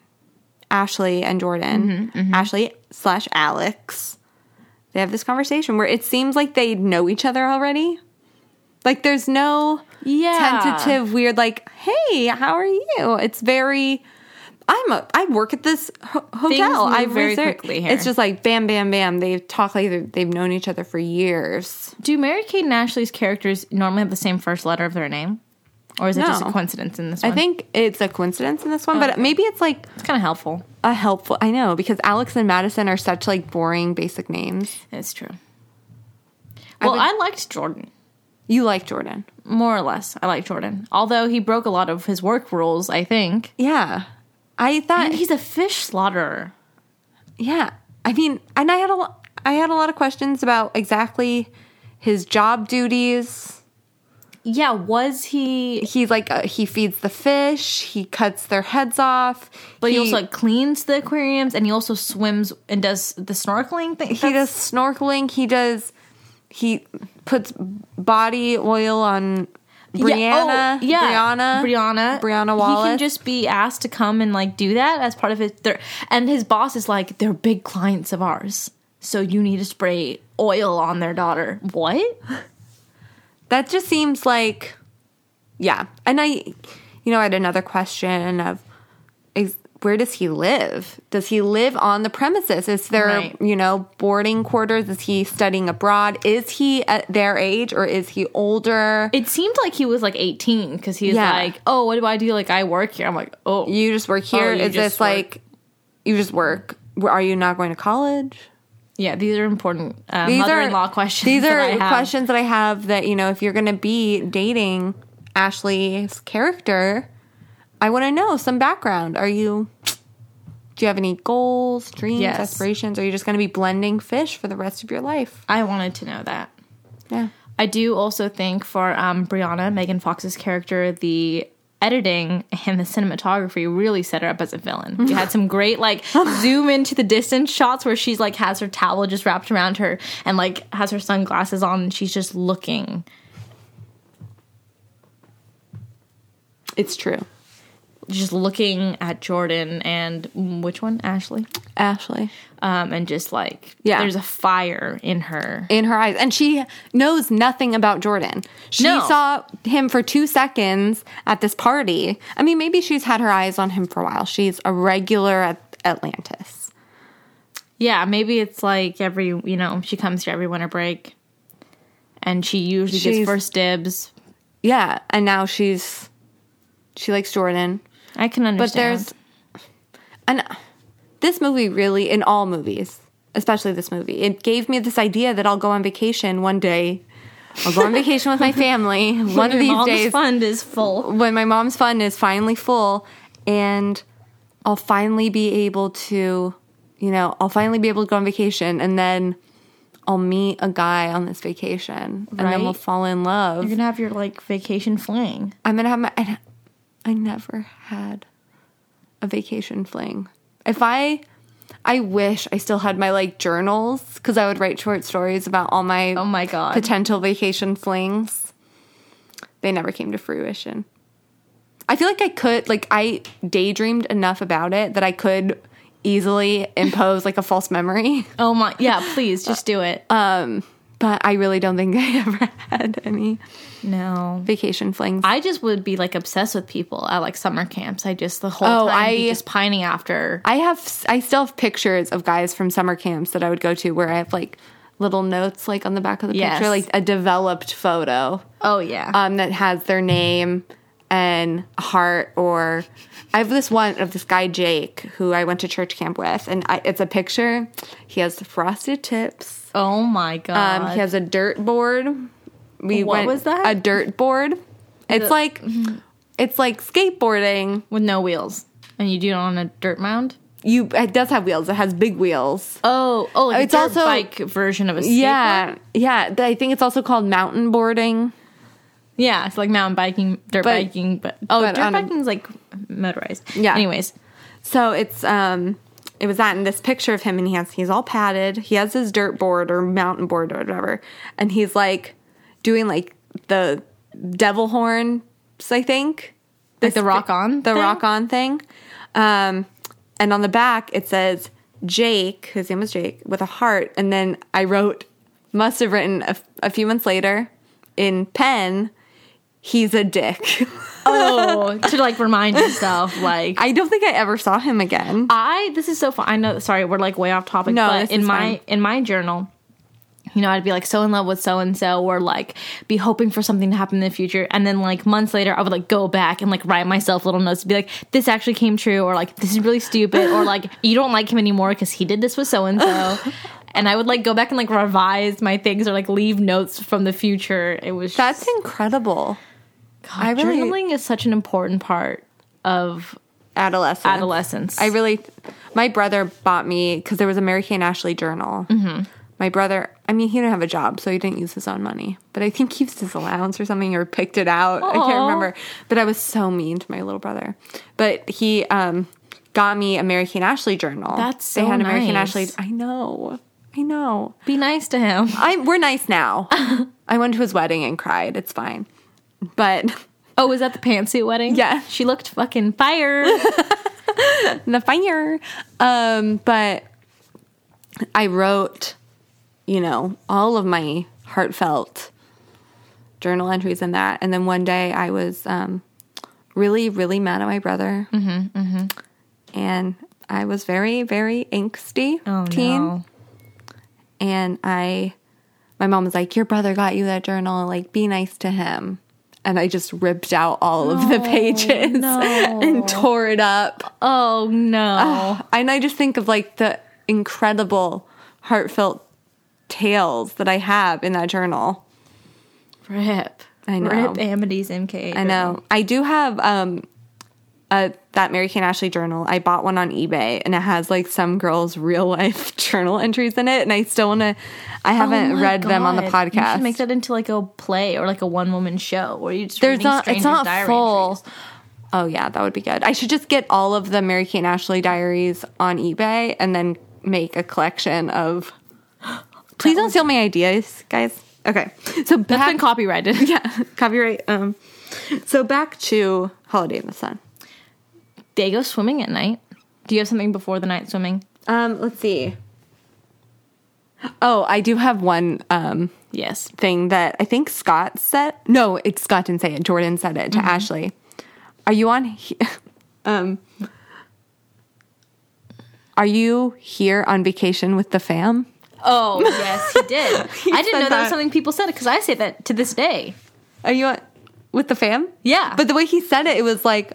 Speaker 2: Ashley and Jordan,
Speaker 3: Mm-hmm,
Speaker 2: Ashley slash Alex. They have this conversation where it seems like they know each other already. Like there's no
Speaker 3: Yeah.
Speaker 2: tentative weird like, hey, how are you? It's very. I'm a. I work at this ho- hotel.
Speaker 3: move
Speaker 2: I
Speaker 3: very
Speaker 2: reserve-
Speaker 3: quickly here.
Speaker 2: It's just like bam, bam, bam. They talk like they've- they've known each other for years.
Speaker 3: Do Mary Kate and Ashley's characters normally have the same first letter of their name? Or is it just a
Speaker 2: No.
Speaker 3: coincidence in this
Speaker 2: I
Speaker 3: one?
Speaker 2: think it's a coincidence in this one, but maybe it's like
Speaker 3: it's kind of helpful.
Speaker 2: a helpful i know because alex and madison are such like boring basic names
Speaker 3: It's true. Well,
Speaker 2: would-
Speaker 3: I liked Jordan.
Speaker 2: you like jordan
Speaker 3: More or less, I like Jordan. Although he broke a lot of his work rules, I think.
Speaker 2: yeah i thought
Speaker 3: And he's a fish slaughterer.
Speaker 2: yeah i mean and i had a lo- i had a lot of questions about exactly his job duties
Speaker 3: Yeah, was he?
Speaker 2: he's like uh, he feeds the fish he cuts their heads off
Speaker 3: But he, also like, cleans the aquariums, and he also swims and does the snorkeling thing.
Speaker 2: he does snorkeling he does he puts body oil on Brianna,
Speaker 3: Yeah, oh, yeah.
Speaker 2: Brianna,
Speaker 3: Brianna,
Speaker 2: Brianna
Speaker 3: He
Speaker 2: Wallace.
Speaker 3: can just be asked to come and like do that as part of his. Their, and his boss is like, they're big clients of ours, so you need to spray oil on their daughter. What?
Speaker 2: that just seems like yeah and i you know i had another question of is where does he live does he live on the premises is there
Speaker 3: Right.
Speaker 2: you know boarding quarters is he studying abroad is he at their age or is he older
Speaker 3: It seemed like he was like eighteen because he was
Speaker 2: Yeah.
Speaker 3: like, oh, what do I do? Like I work here. I'm like, oh,
Speaker 2: you just work here.
Speaker 3: Oh,
Speaker 2: Is
Speaker 3: you just
Speaker 2: this like you just work are you not going to college
Speaker 3: yeah. These are important uh, mother-in-law questions.
Speaker 2: These
Speaker 3: that I
Speaker 2: are
Speaker 3: have.
Speaker 2: questions that I have that you know, if you're going to be dating Ashley's character, I want to know some background. Are you? Do you have any goals, dreams,
Speaker 3: Yes.
Speaker 2: aspirations? Are you just going to be blending fish for the rest of your life?
Speaker 3: I wanted to know that.
Speaker 2: Yeah.
Speaker 3: I do also think for um, Brianna, Megan Fox's character, the editing and the cinematography really set her up as a villain. We had some great like zoom into the distance shots where she's like has her towel just wrapped around her and like has her sunglasses on and she's just looking
Speaker 2: It's true.
Speaker 3: just looking at Jordan and mm, which one? Ashley.
Speaker 2: Ashley.
Speaker 3: Um, and just like,
Speaker 2: Yeah.
Speaker 3: there's a fire in her.
Speaker 2: in her eyes. And she knows nothing about Jordan. She
Speaker 3: No.
Speaker 2: saw him for two seconds at this party. I mean, maybe she's had her eyes on him for a while. She's a regular at Atlantis.
Speaker 3: Yeah, maybe it's like every, you know, she comes here every winter break and she usually
Speaker 2: She's-
Speaker 3: gets first dibs.
Speaker 2: Yeah. And now she's, she likes Jordan.
Speaker 3: I can
Speaker 2: But
Speaker 3: understand.
Speaker 2: there's, and this movie really, in all movies, especially this movie, it gave me this idea that I'll go on vacation one day. I'll go on vacation with my family one of
Speaker 3: Your
Speaker 2: these
Speaker 3: mom's
Speaker 2: days.
Speaker 3: fund is full.
Speaker 2: when my mom's fund is finally full and I'll finally be able to, you know, I'll finally be able to go on vacation and then I'll meet a guy on this vacation and then we'll
Speaker 3: Right.
Speaker 2: fall in love.
Speaker 3: You're gonna have your like vacation fling.
Speaker 2: I'm going to have my, I, I never had a vacation fling. If I, I wish I still had my like journals because I would write short stories about all my,
Speaker 3: Oh my god.
Speaker 2: potential vacation flings. They never came to fruition. I feel like I could, like, I daydreamed enough about it that I could easily impose like a false memory,
Speaker 3: oh my yeah, please just do it.
Speaker 2: but I really don't think I ever had any
Speaker 3: no.
Speaker 2: vacation flings. I,
Speaker 3: I just would be like obsessed with people at like summer camps. I just the whole
Speaker 2: Oh,
Speaker 3: time be
Speaker 2: I-
Speaker 3: just pining after.
Speaker 2: have, I still have pictures of guys from summer camps that I would go to where I have like little notes like on the back of the
Speaker 3: Yes.
Speaker 2: picture, like a developed photo.
Speaker 3: Oh yeah.
Speaker 2: um, that has their name and a heart or i have this one of this guy jake who i went to church camp with and I, it's a picture he has frosted tips
Speaker 3: oh my god.
Speaker 2: um, he has a dirt board we
Speaker 3: What
Speaker 2: went
Speaker 3: was that?
Speaker 2: a dirt board it's like it's like skateboarding
Speaker 3: with no wheels. And you do it on a dirt mound?
Speaker 2: you it does have wheels it has big wheels
Speaker 3: Oh, oh, like
Speaker 2: It's
Speaker 3: a dirt
Speaker 2: also-
Speaker 3: bike version of a skateboard.
Speaker 2: yeah yeah th- i think it's also called mountain boarding
Speaker 3: Yeah, it's like mountain biking,
Speaker 2: But-
Speaker 3: dirt biking, but oh,
Speaker 2: but
Speaker 3: dirt
Speaker 2: on a-
Speaker 3: biking's like motorized.
Speaker 2: Yeah.
Speaker 3: Anyways,
Speaker 2: So it's um it was that in this picture of him and he has he's all padded. He has his dirt board or mountain board or whatever. And he's like doing like the devil horns, I think.
Speaker 3: Like the rock on
Speaker 2: The
Speaker 3: thing?
Speaker 2: rock on thing. Um and on the back it says Jake, his name was Jake, with a heart. And then I wrote, must have written a, a few months later in pen, he's a dick.
Speaker 3: oh, to like remind yourself, like I,
Speaker 2: I don't think I ever saw him again.
Speaker 3: this is so fun. I know. Sorry, we're like way off topic.
Speaker 2: No,
Speaker 3: but
Speaker 2: this
Speaker 3: in
Speaker 2: is
Speaker 3: my
Speaker 2: fine.
Speaker 3: in my journal. You know, I'd be like so in love with so and so, or like be hoping for something to happen in the future, and then like months later, I would like go back and like write myself little notes to be like, "This actually came true," or like, "This is really stupid," or like, "You don't like him anymore because he did this with so and so," and I would like go back and like revise my things or like leave notes from the future. It was just-
Speaker 2: That's incredible. I
Speaker 3: I
Speaker 2: really-
Speaker 3: journaling is such an important part of
Speaker 2: Adolescence.
Speaker 3: adolescence.
Speaker 2: I really, my brother bought me because there was a Mary Kay and Ashley journal. Mm-hmm. My brother, I mean, he didn't have a job, so he didn't use his own money, but I think he used his allowance or something or picked it out. I can't
Speaker 3: Aw.
Speaker 2: remember. But I was so mean to my little brother. But he um, got me a Mary Kay and Ashley journal.
Speaker 3: That's
Speaker 2: they
Speaker 3: so
Speaker 2: had a Mary Kay and
Speaker 3: nice.
Speaker 2: Ashley. I know, I know.
Speaker 3: be nice to him.
Speaker 2: I we're nice now. I went to his wedding and cried. It's fine, but.
Speaker 3: Oh, was that the pantsuit wedding?
Speaker 2: Yeah.
Speaker 3: she looked fucking fire.
Speaker 2: the fire. Um, but I wrote, you know, all of my heartfelt journal entries in that. And then one day I was um, really, really mad at my brother. Mm-hmm, And I was very, very angsty
Speaker 3: oh
Speaker 2: teen.
Speaker 3: no.
Speaker 2: And I, my mom was like, Your brother got you that journal. Like, be nice to him. And I just ripped out all of the pages and tore it up.
Speaker 3: Oh no.
Speaker 2: And I just think of like the incredible, heartfelt tales that I have in that journal.
Speaker 3: Rip.
Speaker 2: Oh, I know.
Speaker 3: Rip Amity's MK.
Speaker 2: I know. I do have um a that Mary Kay and Ashley journal. I bought one on eBay and it has like some girl's real life journal entries in it and I still want to I haven't read them on the
Speaker 3: Oh You
Speaker 2: podcast.
Speaker 3: should make that into like a play or like a one woman show where you just
Speaker 2: There's
Speaker 3: reading
Speaker 2: not it's
Speaker 3: strangers'
Speaker 2: not
Speaker 3: diary
Speaker 2: full.
Speaker 3: entries.
Speaker 2: Oh yeah, that would be good. I should just get all of the Mary Kay and Ashley diaries on eBay and then make a collection of. Please don't steal my ideas, guys. Okay, so back,
Speaker 3: That's been copyrighted.
Speaker 2: yeah, copyright. Um, so back to Holiday in the Sun.
Speaker 3: they go swimming at night. Do you have something before the night swimming?
Speaker 2: Um, let's see. Oh, I do have one um,
Speaker 3: Yes.
Speaker 2: thing that I think Scott said. No, it, Scott didn't say it. Jordan said it to Ashley. Are you on? He- um, are you here on vacation with the fam?
Speaker 3: Oh, yes, he did. I
Speaker 2: said
Speaker 3: didn't know that was
Speaker 2: that.
Speaker 3: something people said because I say that to this day.
Speaker 2: Are you on, with the fam?
Speaker 3: Yeah.
Speaker 2: But the way he said it, it was like,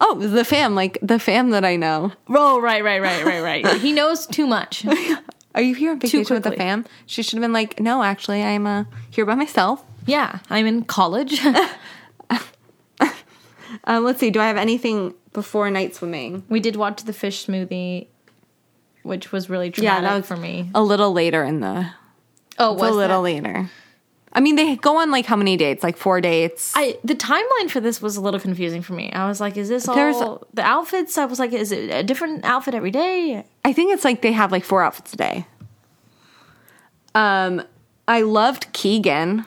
Speaker 2: oh, the fam, like the fam that I know.
Speaker 3: Oh, right, right, right, right, right. he knows too much.
Speaker 2: Are you here on vacation with the
Speaker 3: quickly.
Speaker 2: fam? She should have been like, no, actually, I'm uh, here by myself.
Speaker 3: Yeah, I'm in college.
Speaker 2: Uh, let's see. Do I have anything before night swimming?
Speaker 3: we did watch the fish smoothie, which was really traumatic
Speaker 2: that was-
Speaker 3: for me.
Speaker 2: A little later in the.
Speaker 3: Oh,
Speaker 2: It's a
Speaker 3: was
Speaker 2: little
Speaker 3: that-
Speaker 2: later. I mean, they go on like how many dates? Like four dates.
Speaker 3: I the timeline for this was a little confusing for me. I was like, is this all
Speaker 2: There's-
Speaker 3: the outfits? I was like, is it a different outfit every day?
Speaker 2: I think it's like they have like four outfits a day. Um, I loved Keegan,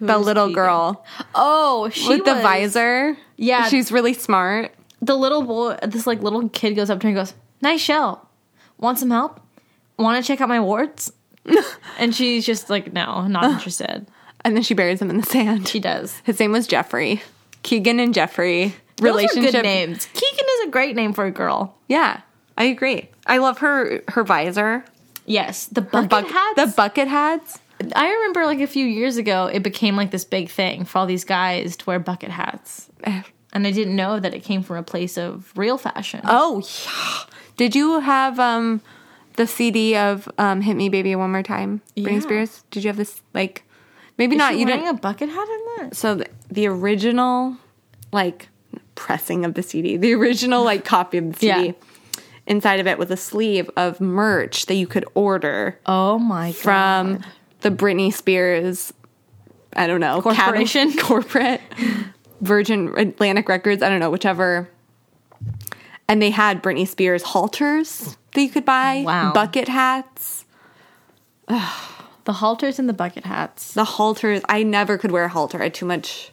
Speaker 2: the
Speaker 3: is
Speaker 2: little
Speaker 3: Keegan?
Speaker 2: girl
Speaker 3: Oh, she
Speaker 2: with the
Speaker 3: was-
Speaker 2: visor.
Speaker 3: Yeah.
Speaker 2: she's really smart.
Speaker 3: The little boy, this like little kid goes up to her and goes, "Nice shell. Want some help? Want to check out my warts?" and she's just like, "No, not interested."
Speaker 2: And then she buries him in the sand.
Speaker 3: She does.
Speaker 2: His name was Jeffrey. Keegan and Jeffrey relationship.
Speaker 3: Those are good names. Keegan is a great name for a girl.
Speaker 2: Yeah, I agree. I love her her visor.
Speaker 3: Yes, the
Speaker 2: Her
Speaker 3: bucket
Speaker 2: buck-
Speaker 3: hats.
Speaker 2: The bucket hats.
Speaker 3: I remember like a few years ago, it became like this big thing for all these guys to wear bucket hats. And I didn't know that it came from a place of real fashion.
Speaker 2: Oh, yeah. Did you have um the CD of um Hit Me Baby One More Time? Britney
Speaker 3: Yeah.
Speaker 2: Spears? Did you have this like maybe
Speaker 3: Is
Speaker 2: not
Speaker 3: she
Speaker 2: you
Speaker 3: wearing
Speaker 2: didn't
Speaker 3: a bucket hat in that?
Speaker 2: So the, the original like pressing of the CD, the original like copy of the CD.
Speaker 3: Yeah.
Speaker 2: Inside of it was a sleeve of merch that you could order
Speaker 3: Oh my
Speaker 2: from the Britney Spears, I don't know, cattle-
Speaker 3: Corporation?
Speaker 2: corporate, Virgin Atlantic Records, I don't know, whichever. And they had Britney Spears halters that you could buy,
Speaker 3: Wow.
Speaker 2: bucket hats.
Speaker 3: the halters and the bucket hats.
Speaker 2: The halters, I never could wear a halter. I had too much.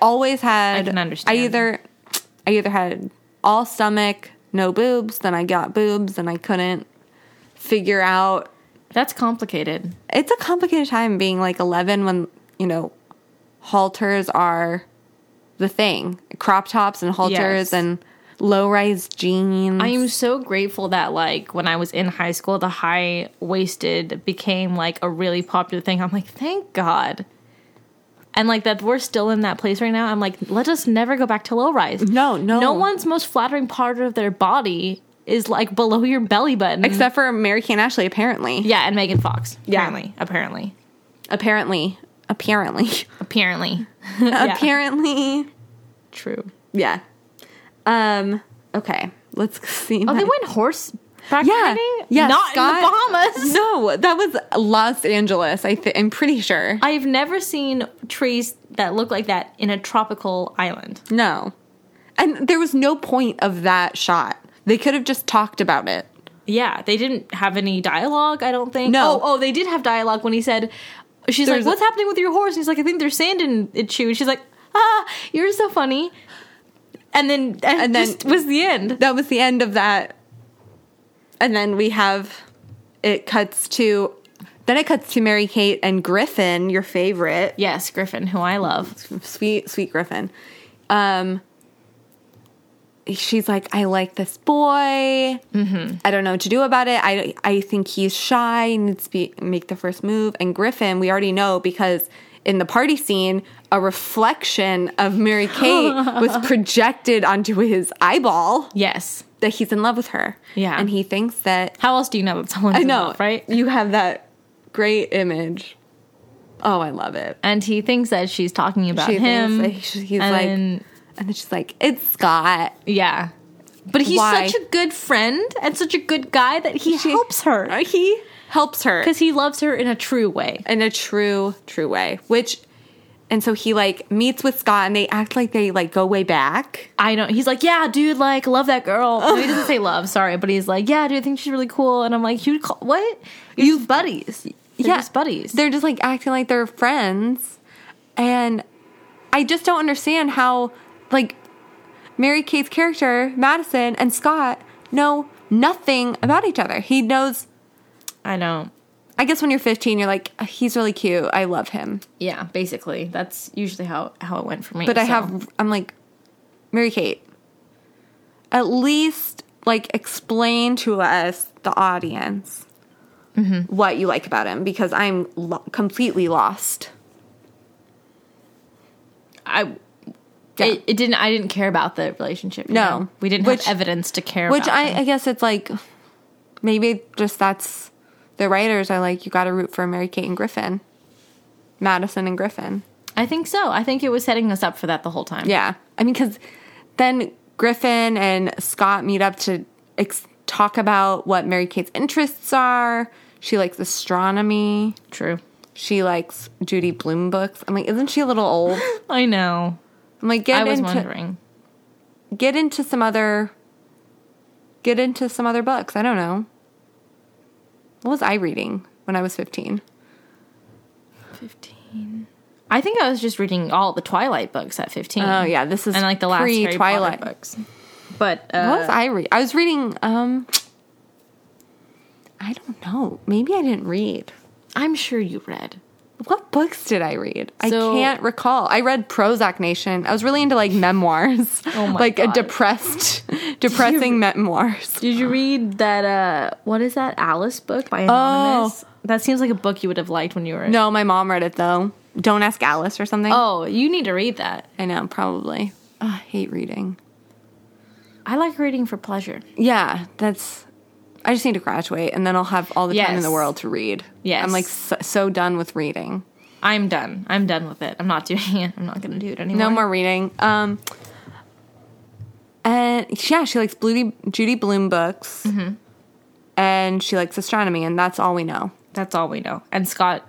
Speaker 2: Always had.
Speaker 3: I can understand.
Speaker 2: I either, I either had all stomach, no boobs. Then I got boobs, and I couldn't figure out
Speaker 3: That's complicated.
Speaker 2: it's a complicated time being like 11 when you know halters are the thing crop tops and halters
Speaker 3: Yes.
Speaker 2: and low-rise jeans
Speaker 3: I am so grateful that like when I was in high school, the high waisted became like a really popular thing. I'm like, thank God. And like that we're still in that place right now. I'm like, let us never go back to low rise.
Speaker 2: no no
Speaker 3: No one's most flattering part of their body is like below your belly button.
Speaker 2: except for mary kay and ashley apparently
Speaker 3: yeah, and Megan Fox.
Speaker 2: Yeah.
Speaker 3: Apparently. Apparently.
Speaker 2: apparently apparently
Speaker 3: Apparently. Yeah.
Speaker 2: apparently
Speaker 3: True.
Speaker 2: yeah um okay let's see
Speaker 3: Oh,
Speaker 2: my-
Speaker 3: they went horse back
Speaker 2: yeah
Speaker 3: riding?
Speaker 2: yeah
Speaker 3: Not in the
Speaker 2: Scott-
Speaker 3: Bahamas.
Speaker 2: no that was los angeles i th- i'm pretty sure
Speaker 3: I've never seen trees that look like that in a tropical island.
Speaker 2: No. And there was no point of that shot. They could have just talked about it.
Speaker 3: Yeah, they didn't have any dialogue, I don't think.
Speaker 2: No.
Speaker 3: Oh, oh, they did have dialogue when he said, she's
Speaker 2: There's a-
Speaker 3: like, what's happening with your horse? And he's like, I think there's sand in its shoe. And she's like, ah, you're so funny. And then, and,
Speaker 2: And then-
Speaker 3: just was the end.
Speaker 2: That was the end of that. And then we have it cuts to then it cuts to Mary Kate and Griffin, your favorite.
Speaker 3: Yes, Griffin, who I love.
Speaker 2: Sweet, sweet Griffin. Um she's like, I like this boy.
Speaker 3: Mm-hmm.
Speaker 2: I don't know what to do about it. I, I think he's shy, needs to be, make the first move. And Griffin, we already know because in the party scene, a reflection of Mary Kate was projected onto his eyeball
Speaker 3: Yes.
Speaker 2: that he's in love with her.
Speaker 3: Yeah.
Speaker 2: And he thinks that,
Speaker 3: How else do you know that someone's
Speaker 2: I
Speaker 3: in
Speaker 2: know,
Speaker 3: love, right?
Speaker 2: You have that great image. Oh, I love it.
Speaker 3: And he thinks that she's talking about
Speaker 2: She
Speaker 3: him.
Speaker 2: thinks that he's
Speaker 3: and
Speaker 2: like,
Speaker 3: then-
Speaker 2: And then she's like, it's Scott.
Speaker 3: yeah. But he's
Speaker 2: Why?
Speaker 3: such a good friend and such a good guy that he
Speaker 2: She-
Speaker 3: helps her.
Speaker 2: He helps her
Speaker 3: Because he loves her in a true way.
Speaker 2: in a true, true way. Which, and so he like meets with Scott and they act like they like go way back.
Speaker 3: I don't. He's like, yeah, dude, like, love that girl. No, he doesn't say love, sorry, but he's like, yeah, dude, I think she's really cool. And I'm like, you call what? You buddies? They're
Speaker 2: Yeah.
Speaker 3: just buddies.
Speaker 2: They're just like acting like they're friends. And I just don't understand how, like, Mary Kate's character, Madison, and Scott know nothing about each other. He knows,
Speaker 3: I know.
Speaker 2: I guess when you're 15, you're like, "Uh, he's really cute. I love him.
Speaker 3: Yeah, basically, that's usually how how it went for me.
Speaker 2: But I
Speaker 3: so.
Speaker 2: have, I'm like, Mary Kate, at least like explain to us, the audience, what you like about him because I'm lo- completely lost.
Speaker 3: I.
Speaker 2: Yeah.
Speaker 3: It, it didn't. I didn't care about the relationship. you
Speaker 2: No.
Speaker 3: know? we didn't
Speaker 2: Which-
Speaker 3: have evidence to care.
Speaker 2: Which
Speaker 3: about
Speaker 2: I,
Speaker 3: them.
Speaker 2: I guess it's like maybe just that's the writers are like you got to root for Mary Kate and Griffin, Madison and Griffin.
Speaker 3: I think so. I think it was setting us up for that the whole time.
Speaker 2: Yeah, I mean because then Griffin and Scott meet up to ex- talk about what Mary Kate's interests are. She likes astronomy.
Speaker 3: true.
Speaker 2: She likes Judy Blume books. I'm like, isn't she a little old?
Speaker 3: I know.
Speaker 2: I'm like, get
Speaker 3: I was
Speaker 2: into
Speaker 3: wondering.
Speaker 2: get into some other get into some other books. I don't know. What was I reading when I was 15?
Speaker 3: Fifteen. I think I was just reading all the Twilight books at fifteen.
Speaker 2: Oh, yeah, this is
Speaker 3: and like the last Harry Potter
Speaker 2: pre-Twilight.
Speaker 3: books. But
Speaker 2: What was
Speaker 3: uh,
Speaker 2: I reading? I was reading um I don't know. Maybe I didn't read.
Speaker 3: I'm sure you read.
Speaker 2: What books did I read?
Speaker 3: So-
Speaker 2: I can't recall. I read Prozac Nation. I was really into like memoirs.
Speaker 3: Oh my
Speaker 2: like
Speaker 3: God.
Speaker 2: a depressed depressing memoirs.
Speaker 3: Did you read that? uh What is that Alice book by Anonymous? That seems like a book you would have liked when you were.
Speaker 2: Oh. No, my mom read it though. Don't ask Alice or something.
Speaker 3: Oh, you need to read that.
Speaker 2: I know, probably. Ugh, I hate reading.
Speaker 3: I like reading for pleasure.
Speaker 2: Yeah, that's. I just need to graduate, and then I'll have all the time in
Speaker 3: Yes.
Speaker 2: the world to read.
Speaker 3: Yes.
Speaker 2: I'm like so, so done with reading.
Speaker 3: I'm done. I'm done with it. I'm not doing it. I'm not going to do it anymore.
Speaker 2: No more reading. Um. And yeah, she likes Judy, Judy Bloom books,
Speaker 3: Mm-hmm.
Speaker 2: and she likes astronomy, and that's all we know.
Speaker 3: That's all we know. And Scott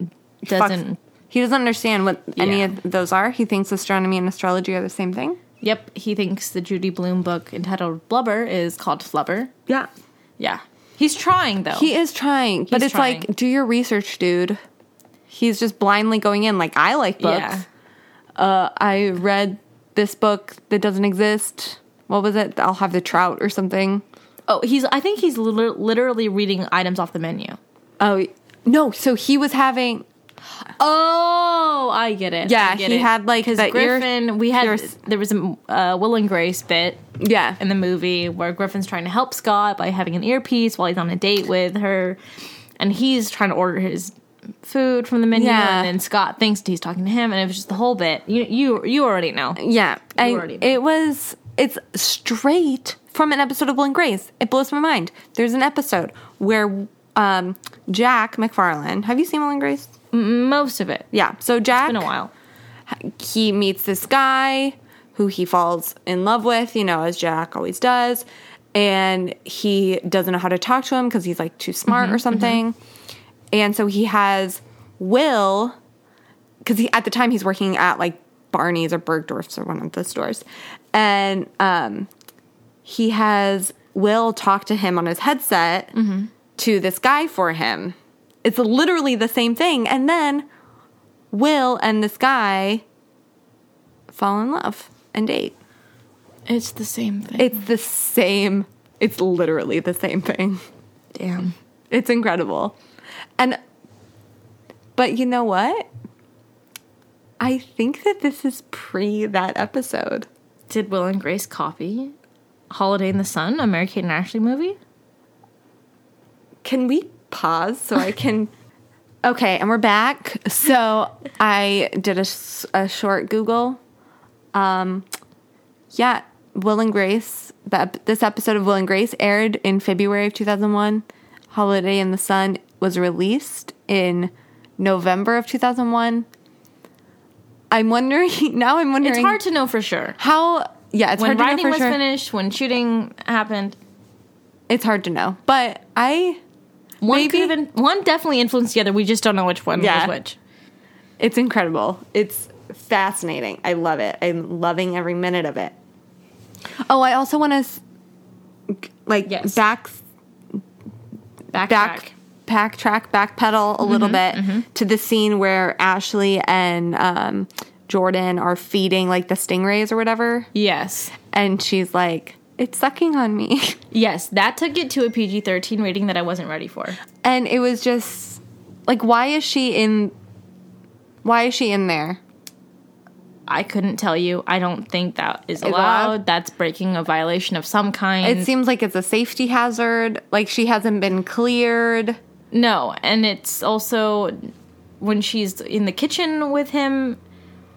Speaker 2: Fucks-
Speaker 3: doesn't.
Speaker 2: he doesn't understand what any
Speaker 3: Yeah.
Speaker 2: of those are? He thinks astronomy and astrology are the same thing.
Speaker 3: Yep, he thinks the Judy Bloom book entitled Blubber is called Flubber.
Speaker 2: Yeah,
Speaker 3: Yeah. He's trying though.
Speaker 2: He is trying, but
Speaker 3: He's
Speaker 2: it's
Speaker 3: trying.
Speaker 2: like, do your research, dude. He's just blindly going in, like, I like books.
Speaker 3: Yeah.
Speaker 2: Uh, I read this book that doesn't exist. What was it? I'll have the trout or something.
Speaker 3: Oh, he's I think he's liter- literally reading items off the menu.
Speaker 2: Oh, no. So he was having,
Speaker 3: Oh, I get it.
Speaker 2: Yeah,
Speaker 3: I get
Speaker 2: he
Speaker 3: it.
Speaker 2: had, like,
Speaker 3: 'Cause
Speaker 2: the ear-
Speaker 3: Griffin, we had
Speaker 2: ears-
Speaker 3: there was a uh, Will and Grace bit
Speaker 2: yeah.
Speaker 3: in the movie where Griffin's trying to help Scott by having an earpiece while he's on a date with her, and he's trying to order his food from the menu,
Speaker 2: Yeah.
Speaker 3: and then Scott thinks he's talking to him, and it was just the whole bit. You you you already know.
Speaker 2: yeah. I,
Speaker 3: already know.
Speaker 2: it was, it's straight from an episode of Will and Grace. It blows my mind. There's an episode where um, Jack McFarlane, have you seen Will and Grace?
Speaker 3: Most of it.
Speaker 2: Yeah. So Jack.
Speaker 3: Been a while.
Speaker 2: he meets this guy who he falls in love with, you know, as Jack always does. And he doesn't know how to talk to him because he's like too smart or something. And so he has Will, because at the time he's working at like Barney's or Bergdorf's or one of the stores. And um, he has Will talk to him on his headset to this guy for him. It's literally the same thing. And then Will and this guy fall in love and date.
Speaker 3: It's the same thing.
Speaker 2: It's the same. It's literally the same thing.
Speaker 3: Damn.
Speaker 2: It's incredible. And but you know what? I think that this is pre that episode.
Speaker 3: Did Will and Grace copy Holiday in the Sun, a Mary Kate and Ashley movie?
Speaker 2: Can we pause so I can Okay, and we're back. So, I did a, s- a short Google. Um yeah, Will and Grace, the, ep- this episode of Will and Grace aired in February of 2001. Holiday in the Sun was released in November of 2001. I'm wondering, now I'm wondering
Speaker 3: It's hard to know for sure.
Speaker 2: how, yeah, it's hard
Speaker 3: When
Speaker 2: to
Speaker 3: writing
Speaker 2: know for
Speaker 3: was
Speaker 2: sure.
Speaker 3: finished, when shooting happened,
Speaker 2: It's hard to know, but I,
Speaker 3: one
Speaker 2: Maybe-
Speaker 3: could have been one definitely influenced the other. We just don't know which one
Speaker 2: Yeah.
Speaker 3: was which.
Speaker 2: it's incredible. It's fascinating. I love it. I'm loving every minute of it. Oh, I also want to, like,
Speaker 3: Yes.
Speaker 2: back
Speaker 3: Backtrack.
Speaker 2: back Mm-hmm, backtrack backpedal a little bit to the scene where Ashley and um, Jordan are feeding like the stingrays or whatever.
Speaker 3: Yes.
Speaker 2: And she's like, it's sucking on me.
Speaker 3: Yes, that took it to a PG 13 rating that I wasn't ready for.
Speaker 2: And it was just like, why is she in? Why is she in there?
Speaker 3: I couldn't tell you. I don't think that is allowed.
Speaker 2: allowed?
Speaker 3: That's breaking a violation of some kind.
Speaker 2: It seems like it's a safety hazard. Like she hasn't been cleared.
Speaker 3: no, and it's also when she's in the kitchen with him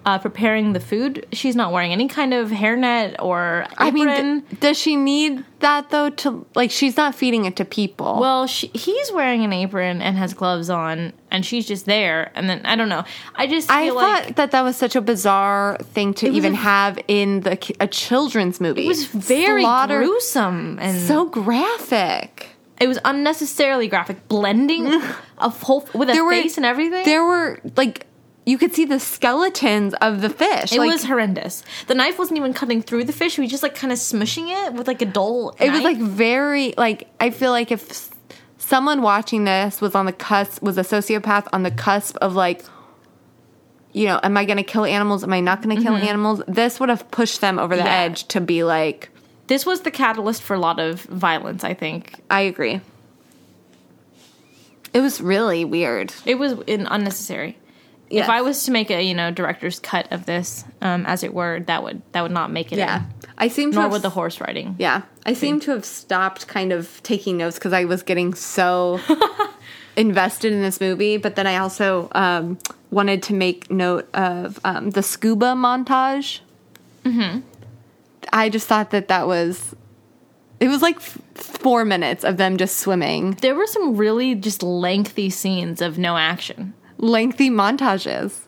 Speaker 3: uh, preparing the food, she's not wearing any kind of hairnet or apron.
Speaker 2: I mean, d- does she need that though? To like, she's not feeding it to people.
Speaker 3: well, she, he's wearing an apron and has gloves on, and she's just there. And then I don't know. I just feel
Speaker 2: I
Speaker 3: like
Speaker 2: thought that that was such a bizarre thing to
Speaker 3: was
Speaker 2: even
Speaker 3: a-
Speaker 2: have in the ki- a children's movie.
Speaker 3: it was very
Speaker 2: Slaughter-
Speaker 3: gruesome and
Speaker 2: so graphic.
Speaker 3: it was unnecessarily graphic, blending a whole with a
Speaker 2: There were-
Speaker 3: face and everything.
Speaker 2: There were like you could see the skeletons of the fish.
Speaker 3: It
Speaker 2: like,
Speaker 3: was horrendous. The knife wasn't even cutting through the fish. We just like kind of smushing it with like a dull.
Speaker 2: it was like very like I feel like if s- someone watching this was on the cusp was a sociopath on the cusp of like you know am I going to kill animals am I not going to kill animals this would have pushed them over the
Speaker 3: Yeah.
Speaker 2: edge to be like
Speaker 3: this was the catalyst for a lot of violence. I think
Speaker 2: I agree. It was really weird.
Speaker 3: it was in unnecessary. If
Speaker 2: Yes.
Speaker 3: I was to make a you know director's cut of this, um, as it were, that would that would not make it.
Speaker 2: Yeah.
Speaker 3: in.
Speaker 2: I seem to
Speaker 3: Nor
Speaker 2: have
Speaker 3: would the horse riding.
Speaker 2: Yeah. I seem to have stopped kind of taking notes because I was getting so invested in this movie. But then I also um, wanted to make note of um, the scuba montage. Mm-hmm. I just thought that that was, it was like f- four minutes of them just swimming,
Speaker 3: There were some really just lengthy scenes of no action.
Speaker 2: lengthy montages.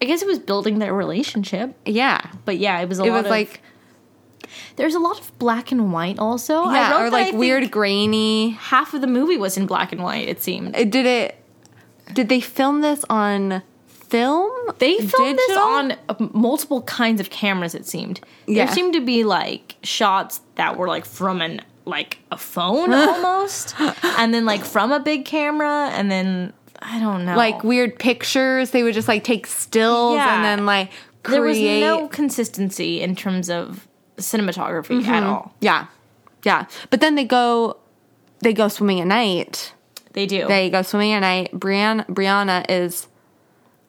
Speaker 3: I guess it was building their relationship,
Speaker 2: Yeah.
Speaker 3: but yeah, it was a
Speaker 2: It
Speaker 3: lot
Speaker 2: was
Speaker 3: of
Speaker 2: like,
Speaker 3: there's a lot of black and white also. I wrote
Speaker 2: yeah, or
Speaker 3: that I
Speaker 2: like
Speaker 3: think
Speaker 2: weird grainy.
Speaker 3: Half of the movie was in black and white. It seemed
Speaker 2: It- Did it, did they film this on film?
Speaker 3: They filmed this
Speaker 2: Digital?
Speaker 3: on uh, multiple kinds of cameras. It seemed
Speaker 2: Yeah.
Speaker 3: there seemed to be like shots that were like from an like a phone almost, and then like from a big camera, and then I don't know.
Speaker 2: like weird pictures. They would just like take stills
Speaker 3: Yeah.
Speaker 2: and then like create.
Speaker 3: there was no consistency in terms of cinematography
Speaker 2: Mm-hmm.
Speaker 3: at all.
Speaker 2: yeah, yeah. But then they go, they go swimming at night.
Speaker 3: They do.
Speaker 2: They go swimming at night. Brianna, Brianna is,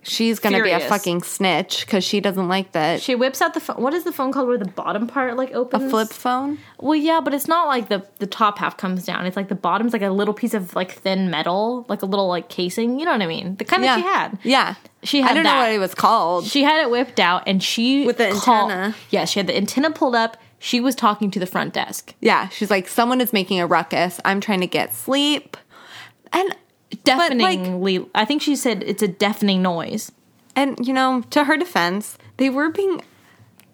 Speaker 2: she's gonna be
Speaker 3: Furious.
Speaker 2: a fucking snitch because she doesn't like that.
Speaker 3: she whips out the phone. What is the phone called where the bottom part like
Speaker 2: a
Speaker 3: opens?
Speaker 2: flip phone.
Speaker 3: Well, yeah, but it's not like the the top half comes down. It's like the bottom's like a little piece of like thin metal, like a little like casing. You know what I mean? The kind
Speaker 2: yeah,
Speaker 3: that she had.
Speaker 2: yeah.
Speaker 3: She had
Speaker 2: I don't
Speaker 3: that.
Speaker 2: know what it was called.
Speaker 3: She had it whipped out and she
Speaker 2: With the
Speaker 3: call-
Speaker 2: antenna.
Speaker 3: Yeah, she had the antenna pulled up. She was talking to the front desk.
Speaker 2: yeah, she's like, someone is making a ruckus. I'm trying to get sleep, and but, like,
Speaker 3: Deafeningly, I think she said it's a deafening noise.
Speaker 2: and you know, to her defense, they were being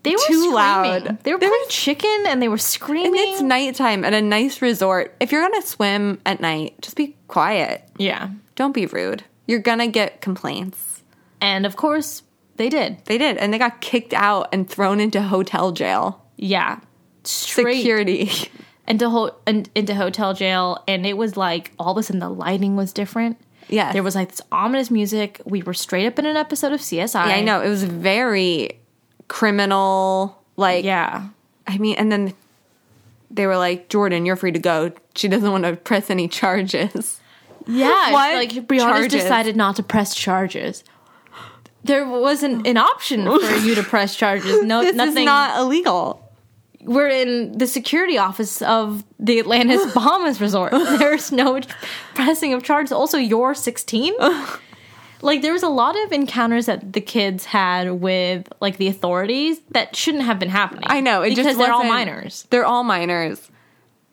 Speaker 3: They were
Speaker 2: Too
Speaker 3: screaming.
Speaker 2: loud.
Speaker 3: They were
Speaker 2: There
Speaker 3: playing chicken and they were screaming.
Speaker 2: And it's nighttime at a nice resort. If you're gonna swim at night, just be quiet.
Speaker 3: yeah,
Speaker 2: Don't be rude. You're gonna get complaints.
Speaker 3: and of course they did.
Speaker 2: They did, and they got kicked out and thrown into hotel jail.
Speaker 3: Yeah, straight
Speaker 2: Security.
Speaker 3: into ho- and into hotel jail, and it was like all of a sudden the lighting was different.
Speaker 2: Yes.
Speaker 3: there was like this ominous music. We were straight up in an episode of CSI.
Speaker 2: Yeah, I know. It was very criminal. Like,
Speaker 3: Yeah,
Speaker 2: I mean, and then they were like, Jordan, you're free to go. She doesn't want to press any charges.
Speaker 3: Yeah,
Speaker 2: What
Speaker 3: it's like Brianna's
Speaker 2: charges?
Speaker 3: decided not to press charges. There wasn't an option for you to press charges. No,
Speaker 2: this
Speaker 3: nothing.
Speaker 2: is not illegal.
Speaker 3: We're in the security office of the Atlantis Bahamas Resort. There's no pressing of charges. Also, you're 16. Like there was a lot of encounters that the kids had with like the authorities that shouldn't have been happening.
Speaker 2: I know. It
Speaker 3: because
Speaker 2: just
Speaker 3: they're all
Speaker 2: wasn't-
Speaker 3: minors.
Speaker 2: They're all minors,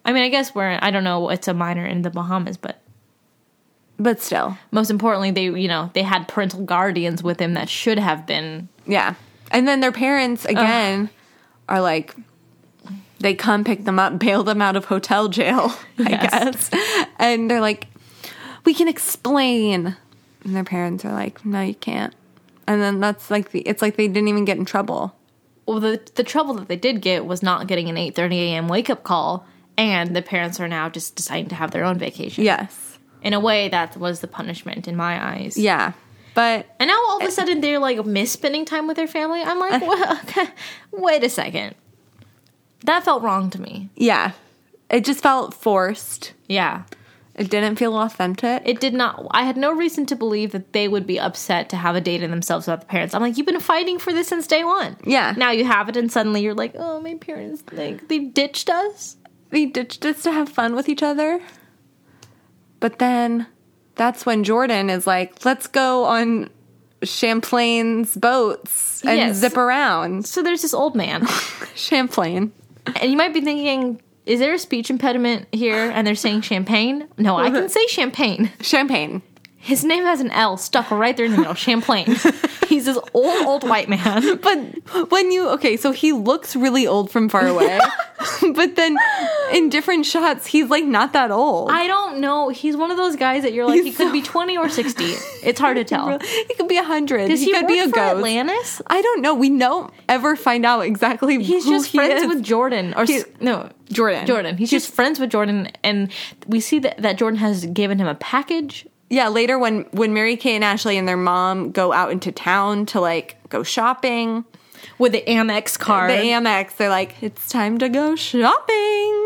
Speaker 3: I mean, I guess we're I don't know it's a minor in the Bahamas, but
Speaker 2: but still.
Speaker 3: most importantly they you know they had parental guardians with him that should have been
Speaker 2: Yeah. And then their parents again are like they come pick them up, bail them out of hotel jail,
Speaker 3: Yes.
Speaker 2: I guess. And they're like, We can explain and their parents are like, No, you can't. And then that's like the it's like they didn't even get in trouble.
Speaker 3: well the, the trouble that they did get was not getting an 8.30 a.m wake up call and the parents are now just deciding to have their own vacation
Speaker 2: Yes.
Speaker 3: in a way that was the punishment in my eyes
Speaker 2: Yeah. But
Speaker 3: And now all of a sudden they're like miss spending time with their family. I'm like, well, wait a second. That felt wrong to me.
Speaker 2: yeah, it just felt forced.
Speaker 3: Yeah.
Speaker 2: It didn't feel authentic.
Speaker 3: It did not, I had no reason to believe that they would be upset to have a date in themselves without the parents. I'm like, you've been fighting for this since day one.
Speaker 2: Yeah.
Speaker 3: Now you have it, and suddenly you're like, oh, my parents, like, they ditched us.
Speaker 2: they ditched us to have fun with each other. But then that's when Jordan is like, let's go on Champlain's boats and
Speaker 3: Yes.
Speaker 2: zip around.
Speaker 3: So there's this old man.
Speaker 2: Champlain.
Speaker 3: And you might be thinking, is there a speech impediment here? And they're saying champagne? No, I can say champagne.
Speaker 2: Champagne.
Speaker 3: His name has an L stuck right there in the middle. Champlain. He's this old, old white man.
Speaker 2: But when you, okay, so he looks really old from far away. but then in different shots, he's like not that old.
Speaker 3: I don't know. He's one of those guys that you're like, he
Speaker 2: He's
Speaker 3: could
Speaker 2: so-
Speaker 3: be 20 or 60. It's hard to tell.
Speaker 2: he could be a hundred.
Speaker 3: Does he,
Speaker 2: could
Speaker 3: work
Speaker 2: be a
Speaker 3: for
Speaker 2: ghost.
Speaker 3: Atlantis?
Speaker 2: I don't know. We don't ever find out exactly.
Speaker 3: He's
Speaker 2: who
Speaker 3: just
Speaker 2: he
Speaker 3: friends
Speaker 2: is.
Speaker 3: with Jordan. Or
Speaker 2: He-
Speaker 3: s no,
Speaker 2: Jordan.
Speaker 3: Jordan. He's, just friends with Jordan. And we see that, that Jordan has given him a package.
Speaker 2: yeah later when when mary kay and ashley and their mom go out into town to like go shopping
Speaker 3: With the Amex card,
Speaker 2: the amex they're like it's time to go shopping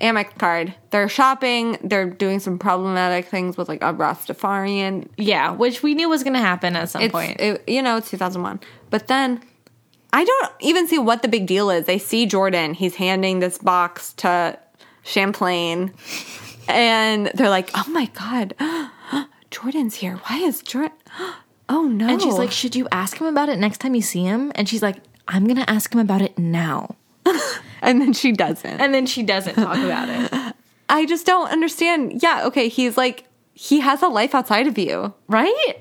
Speaker 2: amex card they're shopping they're doing some problematic things with like a rastafarian
Speaker 3: yeah, which we knew was going to happen at some
Speaker 2: it's
Speaker 3: point.
Speaker 2: it- you know it's 2001 but then i don't even see what the big deal is they see jordan he's handing this box to champlain and they're like oh my god jordan's here why is jordan oh no
Speaker 3: And she's like, Should you ask him about it next time you see him? And she's like, I'm going to ask him about it now.
Speaker 2: and then she doesn't
Speaker 3: And then she doesn't talk about it.
Speaker 2: i just don't understand yeah okay he's like he has a life outside of you
Speaker 3: Right?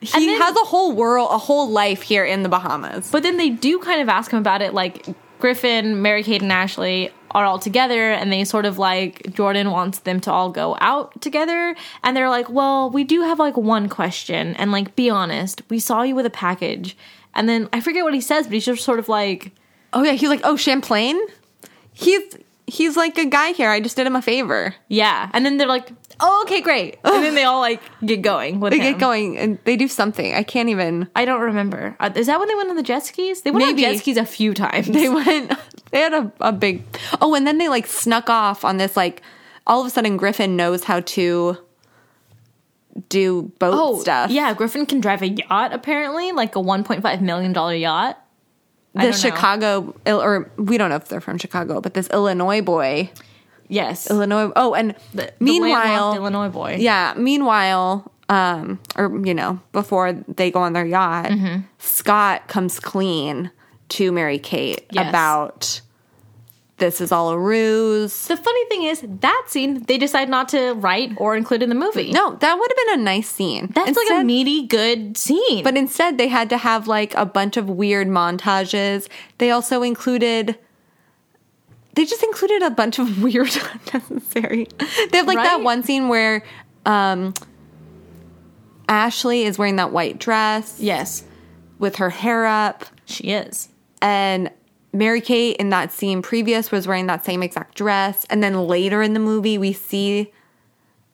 Speaker 2: he
Speaker 3: then-
Speaker 2: has a whole world a whole life here in the bahamas
Speaker 3: But then they do kind of ask him about it. Like, Griffin, Mary Kate, and Ashley are all together. And they sort of like, Jordan wants them to all go out together. And they're like, Well, we do have like one question. And like, be honest, we saw you with a package. And then I forget what he says, but he's just sort of like,
Speaker 2: oh yeah he's like oh champlain he's he's like a guy here i just did him a favor
Speaker 3: Yeah. And then they're like, Oh, okay, great. And then they all like get going with
Speaker 2: They
Speaker 3: him.
Speaker 2: get going and they do something. I can't even.
Speaker 3: I don't remember. Uh, is that when they went on the jet skis? They went on
Speaker 2: Maybe.
Speaker 3: jet skis a few times.
Speaker 2: They went. They had a, a big. Oh, and then they like snuck off on this like. All of a sudden, Griffin knows how to do boat stuff.
Speaker 3: Oh, Yeah, Griffin can drive a yacht apparently, like a 1.5 million dollar yacht. I
Speaker 2: the
Speaker 3: don't know.
Speaker 2: Chicago Il- or we don't know if they're from Chicago, but this Illinois boy,
Speaker 3: Yes.
Speaker 2: Illinois. Oh, and
Speaker 3: The- the
Speaker 2: meanwhile,
Speaker 3: landlocked Illinois boy.
Speaker 2: yeah. Meanwhile, um, or you know, before they go on their yacht,
Speaker 3: Mm-hmm.
Speaker 2: Scott comes clean to Mary Kate
Speaker 3: Yes.
Speaker 2: about this is all a ruse.
Speaker 3: The funny thing is that scene they decide not to write or include in the movie.
Speaker 2: No, that would have been a nice scene.
Speaker 3: That's like a
Speaker 2: Instead-
Speaker 3: meaty good scene.
Speaker 2: But instead, they had to have like a bunch of weird montages. They also included. They just included a bunch of weird, unnecessary. They have like that
Speaker 3: Right?
Speaker 2: one scene where um, Ashley is wearing that white dress
Speaker 3: yes,
Speaker 2: with her hair up,
Speaker 3: she is.
Speaker 2: and Mary Kate in that scene previous was wearing that same exact dress. And then later in the movie, we see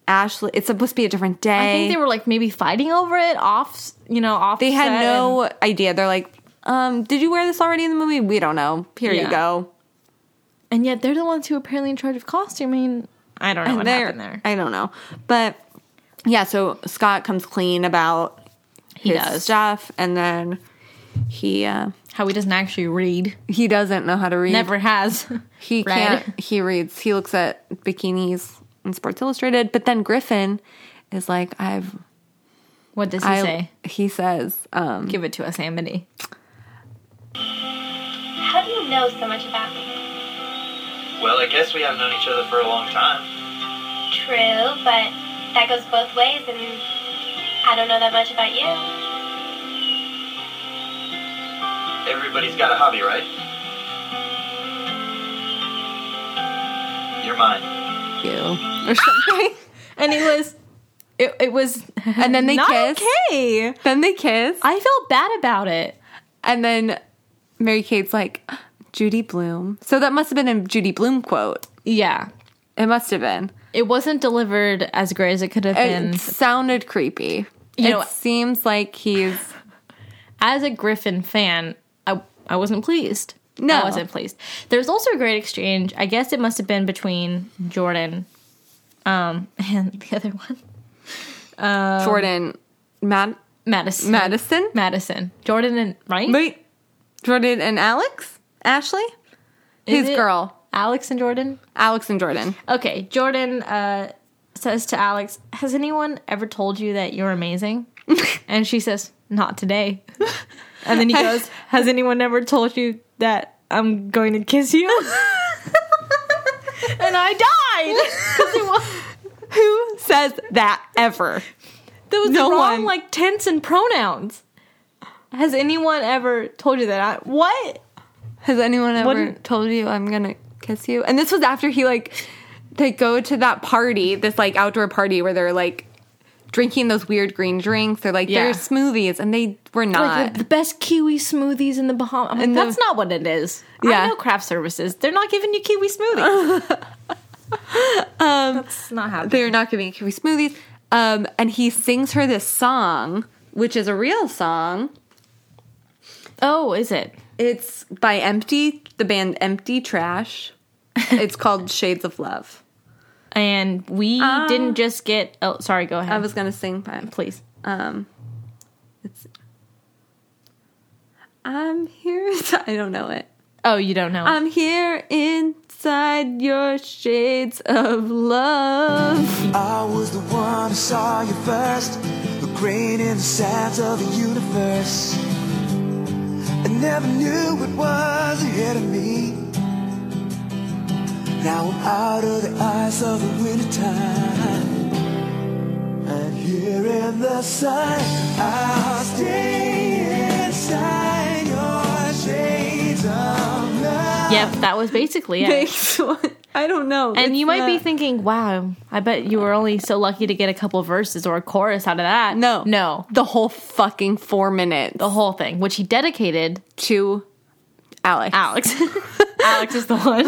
Speaker 2: Ashley. It's supposed to be a different day.
Speaker 3: I think they were like maybe fighting over it off, you know, off.
Speaker 2: They had
Speaker 3: set and-
Speaker 2: no idea. They're like, um, did you wear this already in the movie? We don't know. Here
Speaker 3: Yeah.
Speaker 2: you go.
Speaker 3: and yet they're the ones who are apparently in charge of costuming. I don't know what
Speaker 2: There-
Speaker 3: happened there.
Speaker 2: I don't know. But yeah, so Scott comes clean about
Speaker 3: He
Speaker 2: his
Speaker 3: does
Speaker 2: stuff and then he uh,
Speaker 3: how he doesn't actually read.
Speaker 2: he doesn't know how to read.
Speaker 3: Never has.
Speaker 2: He
Speaker 3: read.
Speaker 2: can't he reads. He looks at bikinis in Sports Illustrated, but then Griffin is like, I've
Speaker 3: What does he
Speaker 2: I
Speaker 3: say?
Speaker 2: he says, um
Speaker 3: Give it to us, Amity.
Speaker 5: How do you know so much about me?
Speaker 6: Well, I guess we have known each other for a long time.
Speaker 5: True, but that goes both ways, and I don't know that much about you.
Speaker 6: Everybody's got a hobby, right? You're mine.
Speaker 2: you or something.
Speaker 3: And it was, it, it was,
Speaker 2: and then they
Speaker 3: not
Speaker 2: kiss.
Speaker 3: okay.
Speaker 2: Then they kiss.
Speaker 3: I felt bad about it.
Speaker 2: And then Mary Kate's like, Judy Bloom. So that must have been a Judy Bloom quote.
Speaker 3: Yeah,
Speaker 2: It must have been.
Speaker 3: it wasn't delivered as great as it could have
Speaker 2: It
Speaker 3: been.
Speaker 2: sounded creepy.
Speaker 3: you
Speaker 2: it
Speaker 3: know,
Speaker 2: seems like he's
Speaker 3: as a Griffin fan, I I wasn't pleased.
Speaker 2: No.
Speaker 3: I wasn't pleased. There's also a great exchange. I guess it must have been between Jordan, um, and the other one,
Speaker 2: Jordan Mad-
Speaker 3: Madison.
Speaker 2: Madison.
Speaker 3: Madison. Jordan and right?
Speaker 2: Wait, Jordan and Alex, Ashley,
Speaker 3: Is
Speaker 2: his
Speaker 3: it
Speaker 2: girl,
Speaker 3: Alex and Jordan.
Speaker 2: Alex and Jordan.
Speaker 3: Okay, Jordan uh, says to Alex, "Has anyone ever told you that you're amazing?" and she says, "Not today." and then he goes, "Has anyone ever told you that I'm going to kiss you?" and I died. 'Cause it was-
Speaker 2: Who says that ever?
Speaker 3: There was
Speaker 2: No
Speaker 3: wrong
Speaker 2: one.
Speaker 3: like tense and pronouns. Has anyone ever told you that? I, what?
Speaker 2: Has anyone ever
Speaker 3: Wouldn't-
Speaker 2: told you I'm gonna kiss you? And this was after he like they go to that party, this like outdoor party where they're like drinking those weird green drinks. They're like
Speaker 3: Yeah.
Speaker 2: they're smoothies, and they were
Speaker 3: Like
Speaker 2: not.
Speaker 3: the, the best kiwi smoothies in the Bahamas. I'm like,
Speaker 2: And Uh, the-
Speaker 3: that's not what it is.
Speaker 2: Yeah.
Speaker 3: I know craft services. They're not giving you kiwi smoothies. um, that's not happening.
Speaker 2: they're not giving kiwi smoothies. Um, and he sings her this song, which is a real song.
Speaker 3: Oh, is it?
Speaker 2: It's by Empty, the band Empty Trash. It's called Shades of Love.
Speaker 3: And we
Speaker 2: Uh,
Speaker 3: didn't just get. Oh, sorry. Go ahead,
Speaker 2: I was gonna sing, but
Speaker 3: please.
Speaker 2: um, it's I'm here. I don't know it.
Speaker 3: Oh, you don't know. it.
Speaker 2: I'm here inside your shades of love.
Speaker 1: I was the one who saw you first, the great in the sands of the universe. I never knew what was ahead of me. Now I'm out of the eyes of the wintertime. And here in the sun, I'll stay inside your shades of love.
Speaker 3: yep, that was basically it.
Speaker 2: Thanks. I don't know.
Speaker 3: and
Speaker 2: It's
Speaker 3: you might be
Speaker 2: not-
Speaker 3: thinking, "Wow, I bet you were only so lucky to get a couple verses or a chorus out of that."
Speaker 2: no,
Speaker 3: no,
Speaker 2: the whole fucking four minutes
Speaker 3: the whole thing, which he dedicated
Speaker 2: to Alex.
Speaker 3: Alex. Alex is the one.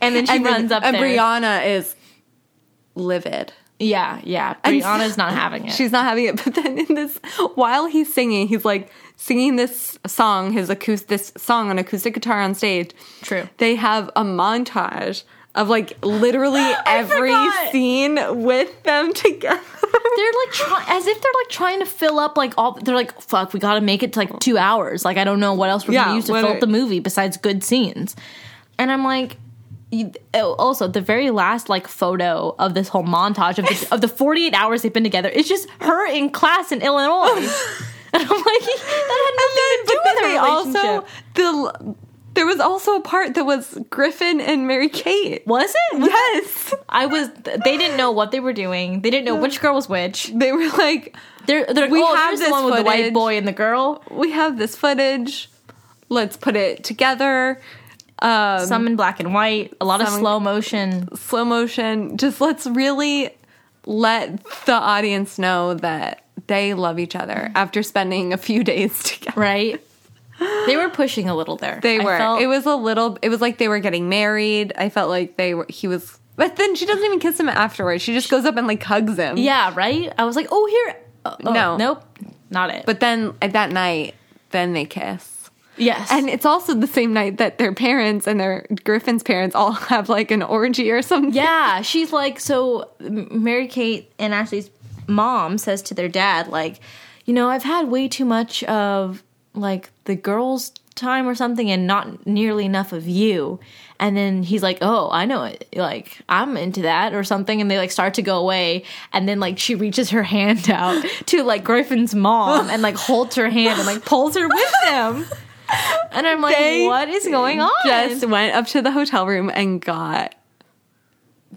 Speaker 3: And then she
Speaker 2: then-
Speaker 3: runs up
Speaker 2: and
Speaker 3: there.
Speaker 2: Brianna is livid.
Speaker 3: yeah, yeah.
Speaker 2: And-
Speaker 3: Brianna's not having it.
Speaker 2: She's not having it. But then in this, while he's singing, he's like singing this song, his acoustic this song on acoustic guitar on stage.
Speaker 3: True.
Speaker 2: They have a montage of like literally every
Speaker 3: forgot.
Speaker 2: scene with them together.
Speaker 3: they're like try- as if they're like trying to fill up like all. They're like, fuck, we got to make it to like two hours. Like I don't know what else we're
Speaker 2: Yeah,
Speaker 3: gonna use to
Speaker 2: what
Speaker 3: fill
Speaker 2: are-
Speaker 3: up the movie besides good scenes. And I'm like. you- oh, Also, the very last like photo of this whole montage of the, of the 48 hours they've been together, it's just her in class in Illinois. and I'm like, that had nothing to do
Speaker 2: But
Speaker 3: with
Speaker 2: then
Speaker 3: her
Speaker 2: they
Speaker 3: relationship.
Speaker 2: also the there was also a part that was Griffin and Mary Kate.
Speaker 3: was it? Was
Speaker 2: Yes,
Speaker 3: I was. They didn't know what they were doing. They didn't know which girl was which.
Speaker 2: they were like,
Speaker 3: They're, they're like,
Speaker 2: We
Speaker 3: oh,
Speaker 2: have
Speaker 3: here's
Speaker 2: this
Speaker 3: the one with the
Speaker 2: footage.
Speaker 3: white boy and the girl.
Speaker 2: "We have this footage. Let's put it together." Um,
Speaker 3: Some in black and white. A lot of
Speaker 2: Some-
Speaker 3: slow motion.
Speaker 2: slow motion. Just let's really let the audience know that they love each other after spending a few days together.
Speaker 3: Right. They were pushing a little there.
Speaker 2: They
Speaker 3: I
Speaker 2: were.
Speaker 3: felt-
Speaker 2: it was a little. It was like they were getting married. I felt like they were. He was. But then she doesn't even kiss him afterwards. She just goes up and like hugs him.
Speaker 3: Yeah. Right. I was like, oh, here. oh, oh,
Speaker 2: No.
Speaker 3: Nope. Not it.
Speaker 2: But then at that night, then they kiss.
Speaker 3: yes.
Speaker 2: And it's also the same night that their parents and their Griffin's parents all have like an orgy or something.
Speaker 3: Yeah, she's like so. M- Mary Kate and Ashley's mom says to their dad, like, you know, I've had way too much of like the girls' time or something, and not nearly enough of you. And then he's like, oh, I know it. Like I'm into that or something. And they like start to go away, and then like she reaches her hand out to like Griffin's mom and like holds her hand and like pulls her with them. And I'm like,
Speaker 2: They
Speaker 3: what is going on?
Speaker 2: Just went up to the hotel room and got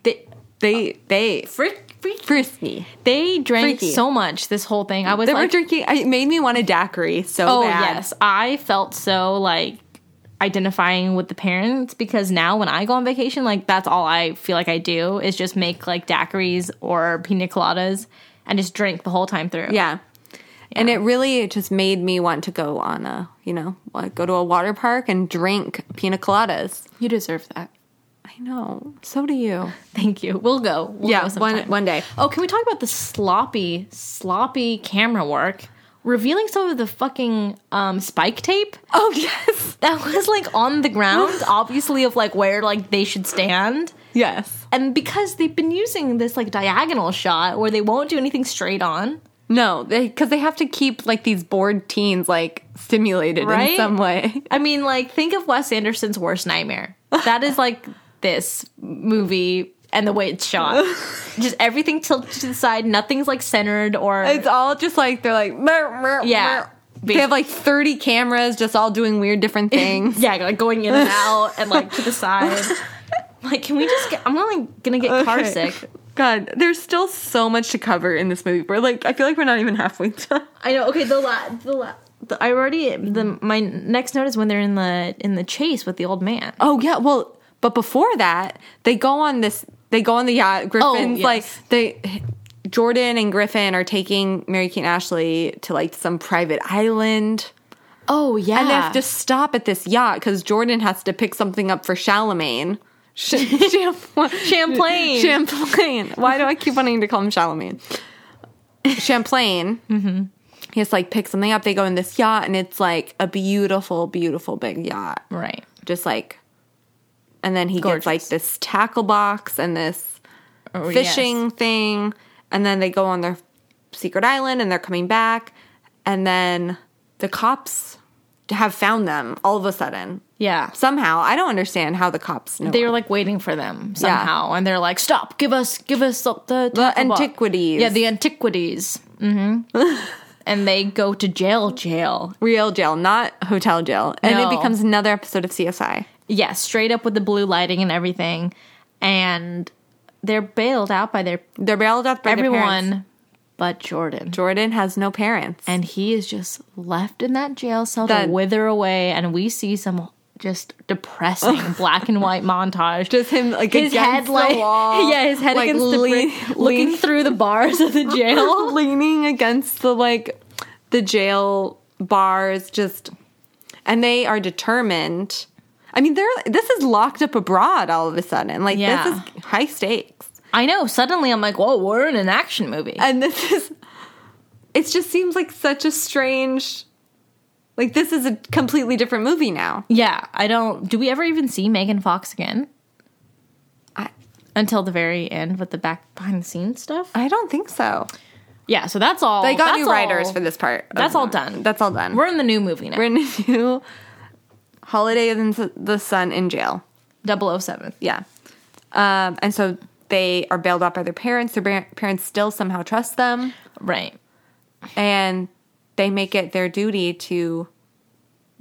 Speaker 3: They-
Speaker 2: they they
Speaker 3: frick, freak
Speaker 2: frisky.
Speaker 3: They drank
Speaker 2: Freaky.
Speaker 3: so much this whole thing. I was
Speaker 2: They
Speaker 3: like,
Speaker 2: were drinking. I- It made me want a daiquiri so
Speaker 3: oh
Speaker 2: bad.
Speaker 3: yes, I felt so like identifying with the parents because now when I go on vacation, like that's all I feel like I do is just make like daiquiris or pina coladas and just drink the whole time through.
Speaker 2: Yeah. And it really just made me want to go on a, you know, like go to a water park and drink pina coladas.
Speaker 3: you deserve that.
Speaker 2: I know. So do you.
Speaker 3: Thank you. We'll go. We'll
Speaker 2: Yeah,
Speaker 3: go
Speaker 2: one-
Speaker 3: sometime.
Speaker 2: one day.
Speaker 3: Oh, can we talk about the sloppy, sloppy camera work? Revealing some of the fucking um, spike tape
Speaker 2: Oh yes.
Speaker 3: that was like on the ground, obviously of like where like they should stand.
Speaker 2: Yes.
Speaker 3: And because they've been using this like diagonal shot where they won't do anything straight on,
Speaker 2: No, they because they have to keep like these bored teens like stimulated in
Speaker 3: Right?
Speaker 2: some way.
Speaker 3: I mean, like, think of Wes Anderson's worst nightmare. That is like this movie and the way it's shot. Just everything tilted to the side, nothing's like centered or.
Speaker 2: It's all just like they're like "Mer, mer,
Speaker 3: Yeah.
Speaker 2: mer." They have like thirty cameras just all doing weird different things.
Speaker 3: yeah, like going in and out and like to the side. Like, can we just get. I'm only gonna get car
Speaker 2: Okay.
Speaker 3: sick.
Speaker 2: God, there's still so much to cover in this movie. We're like, I feel like we're not even halfway done.
Speaker 3: I know. Okay, the la. The la. the- I already the my next note is when they're in the in the chase with the old man.
Speaker 2: Oh yeah, well, but before that, they go on this. They go on the yacht. Griffin's
Speaker 3: yes.
Speaker 2: like they. Jordan and Griffin are taking Mary Kate and Ashley to like some private island,
Speaker 3: Oh yeah,
Speaker 2: and they have to stop at this yacht because Jordan has to pick something up for Charlemagne. Sh- Champlain.
Speaker 3: Champlain.
Speaker 2: Champlain. Why do I keep wanting to call him Charlemagne? Champlain. mm-hmm. He has to like pick something up. They go in this yacht, and it's like a beautiful, beautiful big yacht
Speaker 3: right.
Speaker 2: just like and then he
Speaker 3: Gorgeous.
Speaker 2: gets like this tackle box and this
Speaker 3: Oh, yes.
Speaker 2: fishing thing and then they go on their secret island and they're coming back and then the cops have found them all of a sudden
Speaker 3: Yeah.
Speaker 2: somehow i don't understand how the cops know
Speaker 3: they were like waiting for them somehow, and they're like, "Stop! Give us, give us the the, taco box."
Speaker 2: antiquities.
Speaker 3: Yeah, the antiquities. Mm-hmm. and they go to jail, jail.
Speaker 2: real jail not hotel jail and it
Speaker 3: No.
Speaker 2: becomes another episode of csi
Speaker 3: Yeah, straight up with the blue lighting and everything, and they're bailed out by their
Speaker 2: they're bailed out by their parents.
Speaker 3: everyone, but Jordan.
Speaker 2: jordan has no parents
Speaker 3: And he is just left in that jail cell
Speaker 2: That-
Speaker 3: to wither away, and we see some just depressing black and white montage.
Speaker 2: just him like
Speaker 3: his
Speaker 2: against
Speaker 3: head
Speaker 2: the
Speaker 3: like
Speaker 2: wall,
Speaker 3: yeah, his head
Speaker 2: like,
Speaker 3: against the
Speaker 2: lean-
Speaker 3: brick, looking through the bars of the jail.
Speaker 2: leaning against the like the jail bars just and they are determined i mean they're this is locked up abroad all of a sudden like
Speaker 3: Yeah.
Speaker 2: this is high stakes
Speaker 3: I know. Suddenly, I'm like, whoa, we're in an action movie.
Speaker 2: and this is it just seems like such a strange like this is a completely different movie now
Speaker 3: yeah, I don't. Do we ever even see Megan Fox again?
Speaker 2: I-
Speaker 3: Until the very end with the back behind the scenes stuff.
Speaker 2: i don't think so
Speaker 3: Yeah, so that's all.
Speaker 2: they got
Speaker 3: that's
Speaker 2: new writers
Speaker 3: all-
Speaker 2: for this part
Speaker 3: That's all done.
Speaker 2: that's all done
Speaker 3: We're in the new movie now.
Speaker 2: we're in a new holiday in the sun in jail
Speaker 3: 007.
Speaker 2: Yeah. Um, and so they are bailed out by their parents. Their bar- parents still somehow trust them,
Speaker 3: Right.
Speaker 2: and they make it their duty to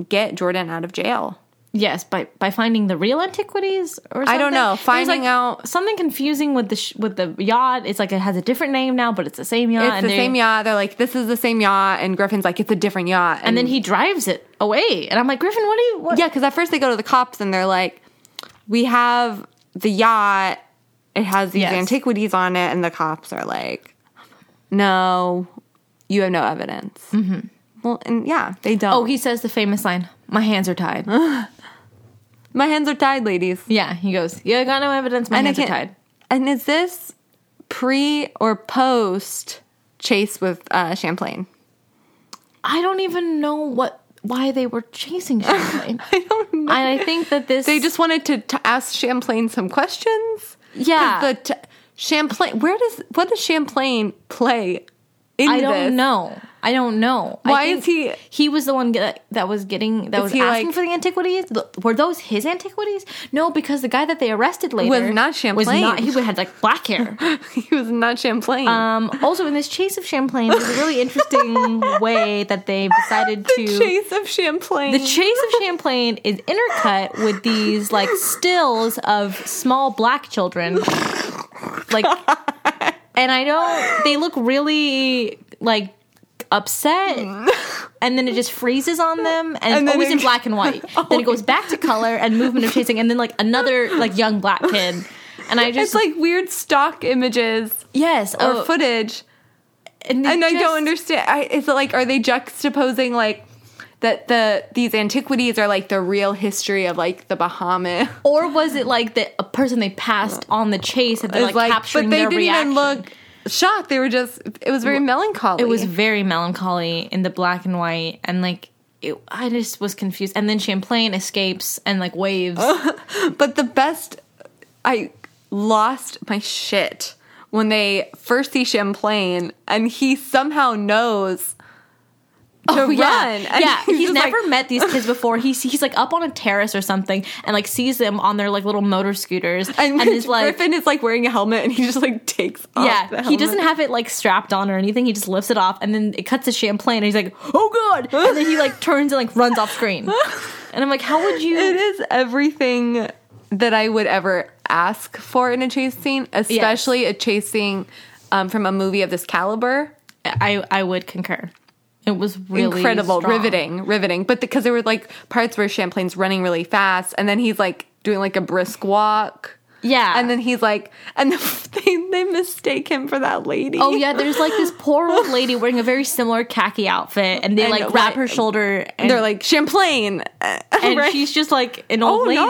Speaker 2: get Jordan out of jail.
Speaker 3: Yes, by by finding the real antiquities or something.
Speaker 2: I don't know,
Speaker 3: There's,
Speaker 2: finding
Speaker 3: like,
Speaker 2: out-
Speaker 3: something confusing with the sh- with the yacht. It's like it has a different name now, but it's the same yacht.
Speaker 2: It's the
Speaker 3: Ah, they-
Speaker 2: same yacht. They're like, this is the same yacht, and Griffin's like, it's a different yacht.
Speaker 3: And then he drives it away, and I'm like, Griffin, what are you? What?
Speaker 2: yeah, because at first they go to the cops and they're like, we have the yacht. It has these
Speaker 3: Yes.
Speaker 2: antiquities on it, and the cops are like, no, you have no evidence. Mm-hmm. Well, and yeah, they don't.
Speaker 3: Oh, he says the famous line, "My hands are tied."
Speaker 2: My hands are tied, ladies.
Speaker 3: yeah, he goes, "You got no evidence. My
Speaker 2: And I
Speaker 3: hands are
Speaker 2: can't-
Speaker 3: tied."
Speaker 2: And is this pre or post chase with uh, Champlain?
Speaker 3: I don't even know what why they were chasing Champlain. I don't. know. And I think that this
Speaker 2: They just wanted to, to ask Champlain some questions. 'Cause
Speaker 3: Yeah.
Speaker 2: The t- Champlain, where does what does Champlain play in
Speaker 3: I don't
Speaker 2: this?
Speaker 3: know. I don't know. I
Speaker 2: Why
Speaker 3: think
Speaker 2: is he-
Speaker 3: He was the one get, that was getting that was
Speaker 2: he,
Speaker 3: asking
Speaker 2: like-
Speaker 3: for the antiquities. Th- Were those his antiquities? No, because the guy that they arrested later
Speaker 2: not Champlain.
Speaker 3: not- he had like black hair.
Speaker 2: he was not Champlain.
Speaker 3: Um, also, in this chase of Champlain, there's a really interesting way that they decided
Speaker 2: the
Speaker 3: to.
Speaker 2: chase of Champlain.
Speaker 3: the chase of Champlain is intercut with these like stills of small black children, like, and I don't. They look really like upset, and then it just freezes on them, and,
Speaker 2: And
Speaker 3: it's
Speaker 2: then
Speaker 3: always
Speaker 2: it-
Speaker 3: in black and white. Then it goes back to color and movement of chasing, and then like another like young black kid, and I
Speaker 2: it's
Speaker 3: just
Speaker 2: like weird stock images
Speaker 3: yes
Speaker 2: or
Speaker 3: oh,
Speaker 2: footage.
Speaker 3: and, they
Speaker 2: and I
Speaker 3: just-
Speaker 2: don't understand. I, is it like are they juxtaposing like that the these antiquities are like the real history of like the Bahamas.
Speaker 3: Or was it like that a person they passed on the chase and they're
Speaker 2: It's
Speaker 3: like,
Speaker 2: but
Speaker 3: capturing
Speaker 2: they
Speaker 3: their
Speaker 2: didn't
Speaker 3: reaction?
Speaker 2: even look shocked. They were just. It was very melancholy.
Speaker 3: It was very melancholy in the black and white, and like it, I just was confused. And then Champlain escapes and like waves.
Speaker 2: But the best, I lost my shit when they first see Champlain and he somehow knows to run.
Speaker 3: Oh, Yeah,
Speaker 2: And
Speaker 3: yeah. he's,
Speaker 2: just
Speaker 3: never
Speaker 2: like-
Speaker 3: met these kids before. He's he's like up on a terrace or something, and like sees them on their like little motor scooters,
Speaker 2: And,
Speaker 3: and, is like.
Speaker 2: Griffin is like wearing a helmet and he just like takes off. the
Speaker 3: Yeah, he
Speaker 2: helmet.
Speaker 3: doesn't have it like strapped on or anything. He just lifts it off, and then it cuts to Champlain, and he's like, "Oh god!" And then he like turns and like runs off screen. And I'm like, "How would you?"
Speaker 2: It is everything that I would ever ask for in a chase scene, especially a chase scene um, from a movie of this caliber.
Speaker 3: I I would concur. It was really
Speaker 2: incredible,
Speaker 3: strong.
Speaker 2: riveting, riveting. But because there were like parts where Champlain's running really fast, and then he's like doing like a brisk walk,
Speaker 3: Yeah,
Speaker 2: and then he's like, and they they mistake him for that lady.
Speaker 3: Oh yeah, there's like this poor old lady wearing a very similar khaki outfit, and they
Speaker 2: And
Speaker 3: like grab
Speaker 2: what-
Speaker 3: her shoulder, and
Speaker 2: And they're like Champlain,
Speaker 3: and
Speaker 2: right?
Speaker 3: she's just like an old
Speaker 2: Oh,
Speaker 3: lady.
Speaker 2: no.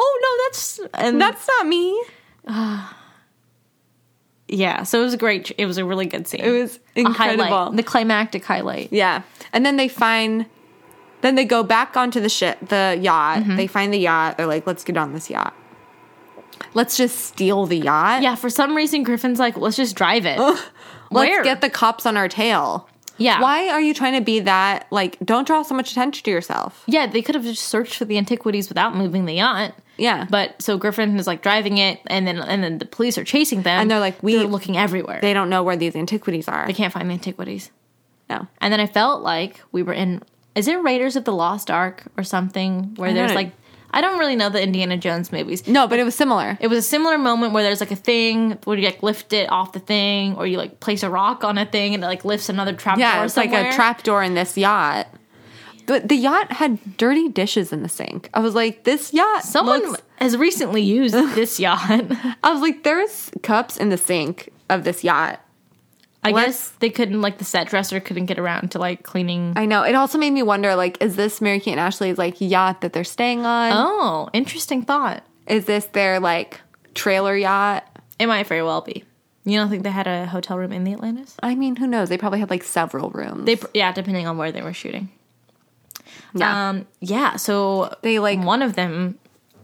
Speaker 3: Oh no, that's and
Speaker 2: that's not me.
Speaker 3: yeah. So it was a great. It was a really good scene.
Speaker 2: It was
Speaker 3: a highlight,
Speaker 2: incredible.
Speaker 3: the climactic highlight.
Speaker 2: Yeah, and then they find. Then they go back onto the ship, the yacht.
Speaker 3: Mm-hmm.
Speaker 2: They find the yacht. They're like, "Let's get on this yacht. Let's just steal the yacht.
Speaker 3: Yeah, for some reason Griffin's like, let's just drive it.
Speaker 2: Let's
Speaker 3: Where?
Speaker 2: get the cops on our tail."
Speaker 3: yeah,
Speaker 2: Why are you trying to be that? Like, don't draw so much attention to yourself.
Speaker 3: Yeah, they could have just searched for the antiquities without moving the yacht.
Speaker 2: Yeah.
Speaker 3: But so Griffin is like driving it, and then and then the police are chasing them,
Speaker 2: And they're like, we-
Speaker 3: they're looking everywhere.
Speaker 2: They don't know where these antiquities are.
Speaker 3: they can't find the antiquities.
Speaker 2: No.
Speaker 3: And then I felt like we were in is it Raiders of the Lost Ark or something where
Speaker 2: I
Speaker 3: there's
Speaker 2: don't-
Speaker 3: like I don't really know the Indiana Jones movies.
Speaker 2: No, but it was similar.
Speaker 3: It was a similar moment where there's like a thing where you like lift it off the thing or you like place a rock on a thing and it like lifts another trap
Speaker 2: yeah,
Speaker 3: door
Speaker 2: it's like
Speaker 3: somewhere.
Speaker 2: a trapdoor in this yacht. But the yacht had dirty dishes in the sink. I was like, this yacht.
Speaker 3: Someone
Speaker 2: looks-
Speaker 3: has recently used this yacht.
Speaker 2: I was like, there's cups in the sink of this yacht.
Speaker 3: I
Speaker 2: What?
Speaker 3: guess they couldn't like the set dresser couldn't get around to like cleaning.
Speaker 2: I know. It also made me wonder, like, is this Mary Kate and Ashley's like yacht that they're staying on?
Speaker 3: Oh, interesting thought.
Speaker 2: Is this their like trailer yacht?
Speaker 3: It might very well be. You don't think they had a hotel room in the Atlantis?
Speaker 2: I mean, who knows? They probably had like several rooms.
Speaker 3: They pr- yeah, depending on where they were shooting.
Speaker 2: Yeah.
Speaker 3: Um yeah, so
Speaker 2: They, like-
Speaker 3: one of them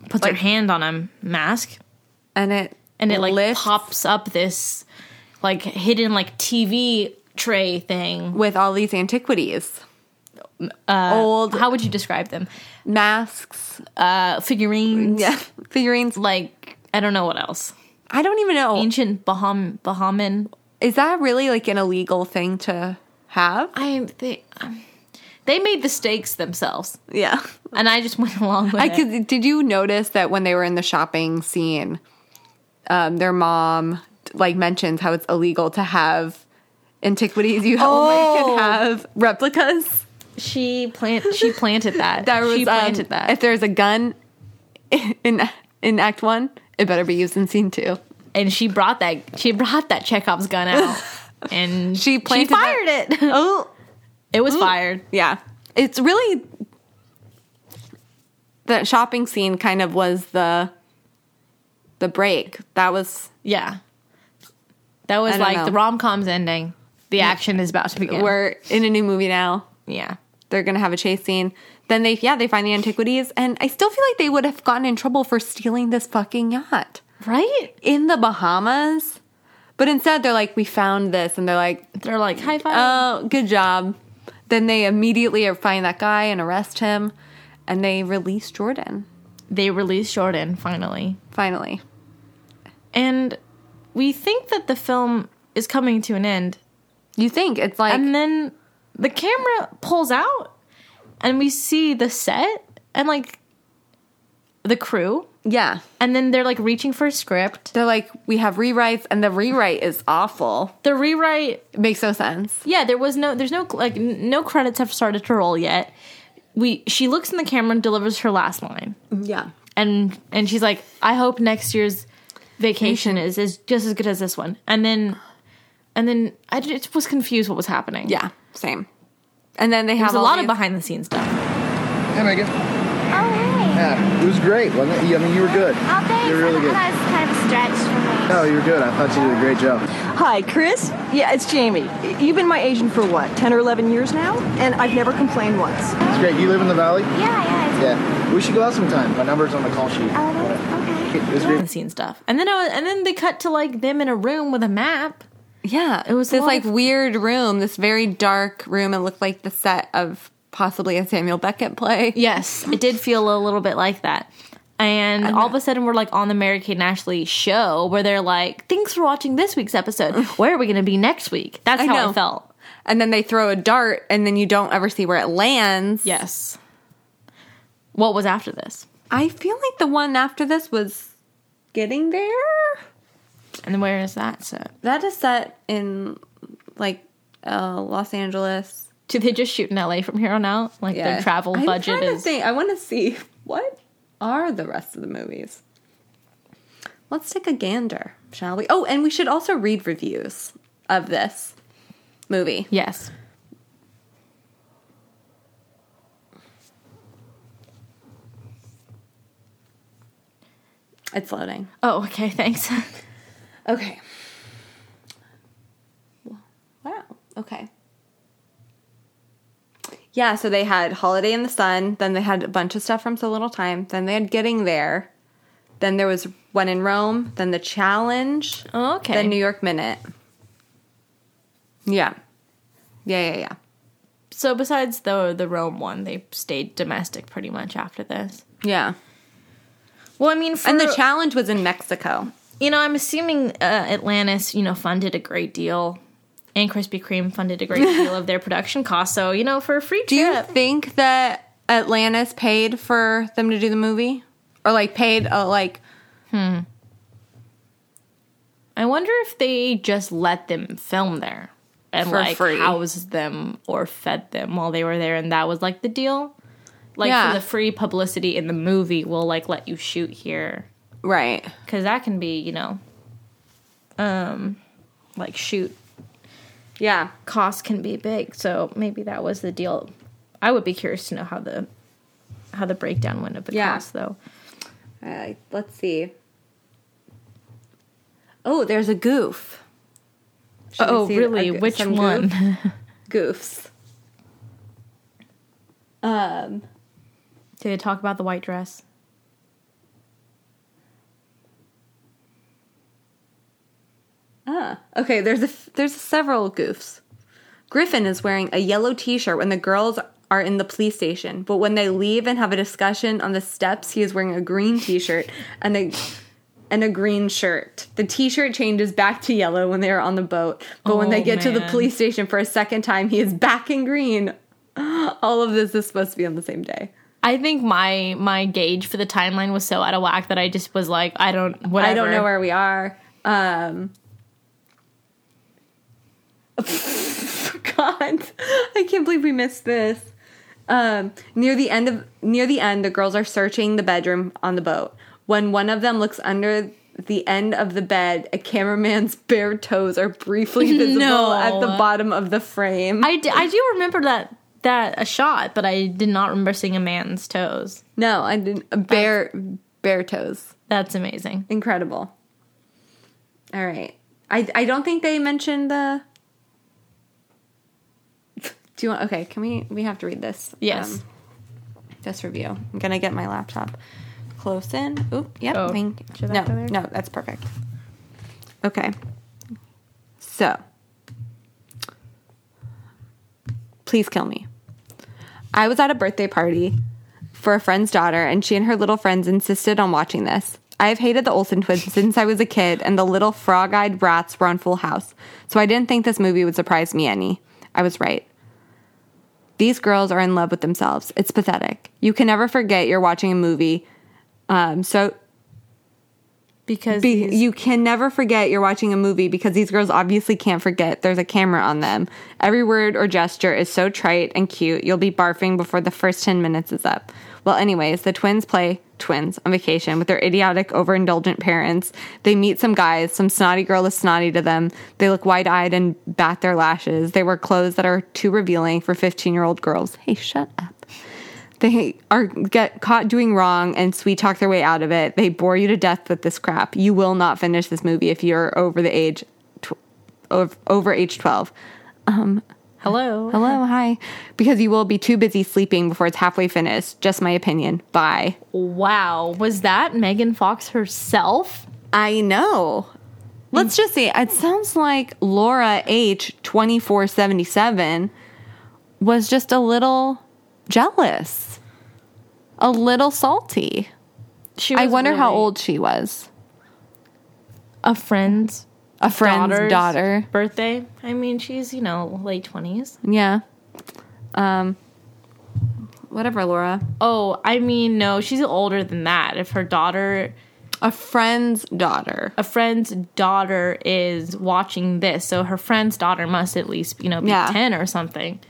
Speaker 3: puts her hand on a mask
Speaker 2: and it
Speaker 3: and it like
Speaker 2: lifts
Speaker 3: pops up this like hidden like TV tray thing.
Speaker 2: with all these antiquities, old
Speaker 3: Uh, How would you describe them?
Speaker 2: masks,
Speaker 3: Uh figurines,
Speaker 2: yeah, figurines.
Speaker 3: like I don't know what else.
Speaker 2: I don't even know.
Speaker 3: Ancient Baham Bahaman.
Speaker 2: Is that really like an illegal thing to have?
Speaker 3: I they um, they made the stakes themselves,
Speaker 2: Yeah.
Speaker 3: and I just went along with
Speaker 2: I
Speaker 3: it.
Speaker 2: could, did you notice that when they were in the shopping scene, um, their mom like mentions how it's illegal to have antiquities. You only
Speaker 3: Oh.
Speaker 2: can have replicas.
Speaker 3: she plant she planted that.
Speaker 2: There was
Speaker 3: she
Speaker 2: um,
Speaker 3: planted that.
Speaker 2: if there's a gun in in Act One, it better be used in Scene Two.
Speaker 3: and she brought that she brought that Chekhov's gun out and
Speaker 2: She planted that-
Speaker 3: fired it.
Speaker 2: Oh.
Speaker 3: It was fired.
Speaker 2: Yeah. It's really the shopping scene kind of was the the break. That was
Speaker 3: Yeah, that
Speaker 2: I
Speaker 3: was
Speaker 2: don't
Speaker 3: like
Speaker 2: know.
Speaker 3: the rom com's ending. The action is about to begin.
Speaker 2: we're in a new movie now.
Speaker 3: yeah,
Speaker 2: They're gonna have a chase scene. Then they yeah, they find the antiquities and I still feel like they would have gotten in trouble for stealing this fucking yacht.
Speaker 3: right.
Speaker 2: In the Bahamas. But instead they're like, We found this and they're like,
Speaker 3: They're like high five.
Speaker 2: Oh, good job. Then they immediately find that guy and arrest him and they release Jordan,
Speaker 3: they released Jordan finally,
Speaker 2: finally.
Speaker 3: and we think that the film is coming to an end,
Speaker 2: You think it's like
Speaker 3: and then the camera pulls out, and we see the set and like the crew,
Speaker 2: Yeah.
Speaker 3: and then they're like reaching for a script.
Speaker 2: They're like, we have rewrites, and the rewrite is awful.
Speaker 3: The rewrite
Speaker 2: It makes no sense.
Speaker 3: yeah there was no there's no like n- no credits have started to roll yet we she looks in the camera and delivers her last line
Speaker 2: Yeah.
Speaker 3: and and she's like i hope next year's vacation is is just as good as this one and then and then i just was confused what was happening
Speaker 2: Yeah. Same. And then they have
Speaker 3: There's a
Speaker 2: all
Speaker 3: lot
Speaker 2: these-
Speaker 3: of behind the scenes stuff.
Speaker 7: Hey, Megan.
Speaker 8: Oh, hey.
Speaker 7: Yeah, it was great, wasn't it? You- I mean, you were good.
Speaker 8: Oh, thanks.
Speaker 7: You're really
Speaker 8: I
Speaker 7: good.
Speaker 8: thought that was kind of a stretch for me.
Speaker 7: No, you were good. I thought you did a great job.
Speaker 9: Hi, Chris. Yeah, it's Jamie. You've been my agent for what, 10 or 11 years now? And I've never complained once.
Speaker 7: It's great. You live in the valley?
Speaker 8: Yeah, yeah. It's,
Speaker 7: Yeah. We should go out sometime. My number's on the call sheet.
Speaker 8: Oh, that's okay.
Speaker 7: It was
Speaker 3: Behind
Speaker 7: great.
Speaker 3: the scenes stuff. And then I was, and then they cut to like them in a room with a map.
Speaker 2: Yeah, it
Speaker 3: was
Speaker 2: was this
Speaker 3: a lot
Speaker 2: like
Speaker 3: of-
Speaker 2: weird room, this very dark room. It looked like the set of possibly a Samuel Beckett play.
Speaker 3: Yes, it did feel a little bit like that. And all of a sudden, we're like on the Mary Kate and Ashley show where they're like, "Thanks for watching this week's episode. Where are we going to be next week?" That's
Speaker 2: I
Speaker 3: how
Speaker 2: know.
Speaker 3: I felt.
Speaker 2: And then they throw a dart, and then you don't ever see where it lands.
Speaker 3: Yes. What was after this?
Speaker 2: I feel like the one after this was getting there.
Speaker 3: And then where is that set?
Speaker 2: That is set in like uh, Los Angeles.
Speaker 3: Do they just shoot in LA from here on out? Like their travel
Speaker 2: I'm
Speaker 3: budget
Speaker 2: trying to
Speaker 3: is.
Speaker 2: think- I want to see what are the rest of the movies. Let's take a gander, shall we? Oh, and we should also read reviews of this movie.
Speaker 3: Yes.
Speaker 2: It's loading.
Speaker 3: Oh, okay. Thanks.
Speaker 2: Okay. Wow. Okay. Yeah, so they had Holiday in the Sun, then they had a bunch of stuff from So Little Time, then they had Getting There, then there was When in Rome, then The Challenge,
Speaker 3: okay.
Speaker 2: then New York Minute. Yeah. Yeah, yeah, yeah.
Speaker 3: so besides the the Rome one, they stayed domestic pretty much after this.
Speaker 2: Yeah.
Speaker 3: Well, I mean, for,
Speaker 2: And The Challenge was in Mexico.
Speaker 3: you know, I'm assuming uh, Atlantis, you know, funded a great deal, and Krispy Kreme funded a great deal of their production costs. So, you know, for a free
Speaker 2: Do you
Speaker 3: trip,
Speaker 2: think that Atlantis paid for them to do the movie? Or like paid, uh, like,
Speaker 3: I wonder if they just let them film there and
Speaker 2: For
Speaker 3: like
Speaker 2: free.
Speaker 3: housed them or fed them while they were there, and that was like the deal. Like
Speaker 2: Yeah.
Speaker 3: for the free publicity in the movie, we'll like let you shoot here
Speaker 2: right.
Speaker 3: because that can be, you know, um, like shoot
Speaker 2: Yeah.
Speaker 3: costs can be big. So maybe that was the deal. I would be curious to know how the how the breakdown went of the
Speaker 2: Yeah.
Speaker 3: cost though.
Speaker 2: Uh, let's see. Oh, there's a goof. Should we
Speaker 3: Oh,
Speaker 2: see
Speaker 3: really?
Speaker 2: a goo-
Speaker 3: Which
Speaker 2: some goof?
Speaker 3: one?
Speaker 2: Goofs. Um.
Speaker 3: Did they talk about the white dress?
Speaker 2: Ah. Okay. There's a f- there's several goofs. Griffin is wearing a yellow T-shirt when the girls are in the police station, but when they leave and have a discussion on the steps, he is wearing a green T-shirt and a and a green shirt. The T-shirt changes back to yellow when they are on the boat, but when they
Speaker 3: Oh,
Speaker 2: get to the
Speaker 3: man.
Speaker 2: police station for a second time, he is back in green. All of this is supposed to be on the same day.
Speaker 3: I think my my gauge for the timeline was so out of whack that I just was like, I don't whatever.
Speaker 2: I don't know where we are. Um, God, I can't believe we missed this. Um, near the end of near the end, the girls are searching the bedroom on the boat. When one of them looks under the end of the bed, a cameraman's bare toes are briefly visible
Speaker 3: No.
Speaker 2: at the bottom of the frame.
Speaker 3: I, d- I do remember that that a shot, but I did not remember seeing a man's toes.
Speaker 2: no, I didn't. Bare bare toes.
Speaker 3: That's amazing.
Speaker 2: Incredible. All right. I I don't think they mentioned the. Do you want? Okay, can we? We have to read this.
Speaker 3: Yes.
Speaker 2: um, this review. I'm gonna get my laptop close in. Oop. Yep.
Speaker 3: Oh,
Speaker 2: thank-
Speaker 3: should that
Speaker 2: no,
Speaker 3: go there?
Speaker 2: no, that's perfect. Okay. So, please kill me. I was at a birthday party for a friend's daughter, and she and her little friends insisted on watching this. I have hated the Olsen twins since I was a kid, and the little frog eyed brats were on Full House, so I didn't think this movie would surprise me any. I was right. These girls are in love with themselves. It's pathetic. You can never forget you're watching a movie. Um, so
Speaker 3: Because
Speaker 2: be-
Speaker 3: these-
Speaker 2: you can never forget you're watching a movie because these girls obviously can't forget there's a camera on them. Every word or gesture is so trite and cute, you'll be barfing before the first 10 minutes is up. Well, anyways, the twins play twins on vacation with their idiotic, overindulgent parents. They meet some guys, some snotty girl is snotty to them. They look wide eyed and bat their lashes. They wear clothes that are too revealing for 15 year old girls. Hey, shut up. They are get caught doing wrong and sweet talk their way out of it. They bore you to death with this crap. You will not finish this movie if you're over the age tw- ov- over age 12. Um
Speaker 3: Hello.
Speaker 2: Hello, hi. Because you will be too busy sleeping before it's halfway finished. Just my opinion. Bye.
Speaker 3: Wow. Was that Megan Fox herself?
Speaker 2: I know. Let's just see. It sounds like Laura H. 2477 was just a little jealous, a little salty.
Speaker 3: She
Speaker 2: I wonder how
Speaker 3: really
Speaker 2: old she was.
Speaker 3: a friend's
Speaker 2: A friend's
Speaker 3: daughter's
Speaker 2: daughter.
Speaker 3: birthday. I mean, she's, you know, late 20s.
Speaker 2: Yeah. Um, whatever, Laura.
Speaker 3: Oh, I mean, no, she's older than that. If her daughter,
Speaker 2: A friend's daughter.
Speaker 3: a friend's daughter is watching this, so her friend's daughter must at least, you know, be
Speaker 2: Yeah.
Speaker 3: 10 or something.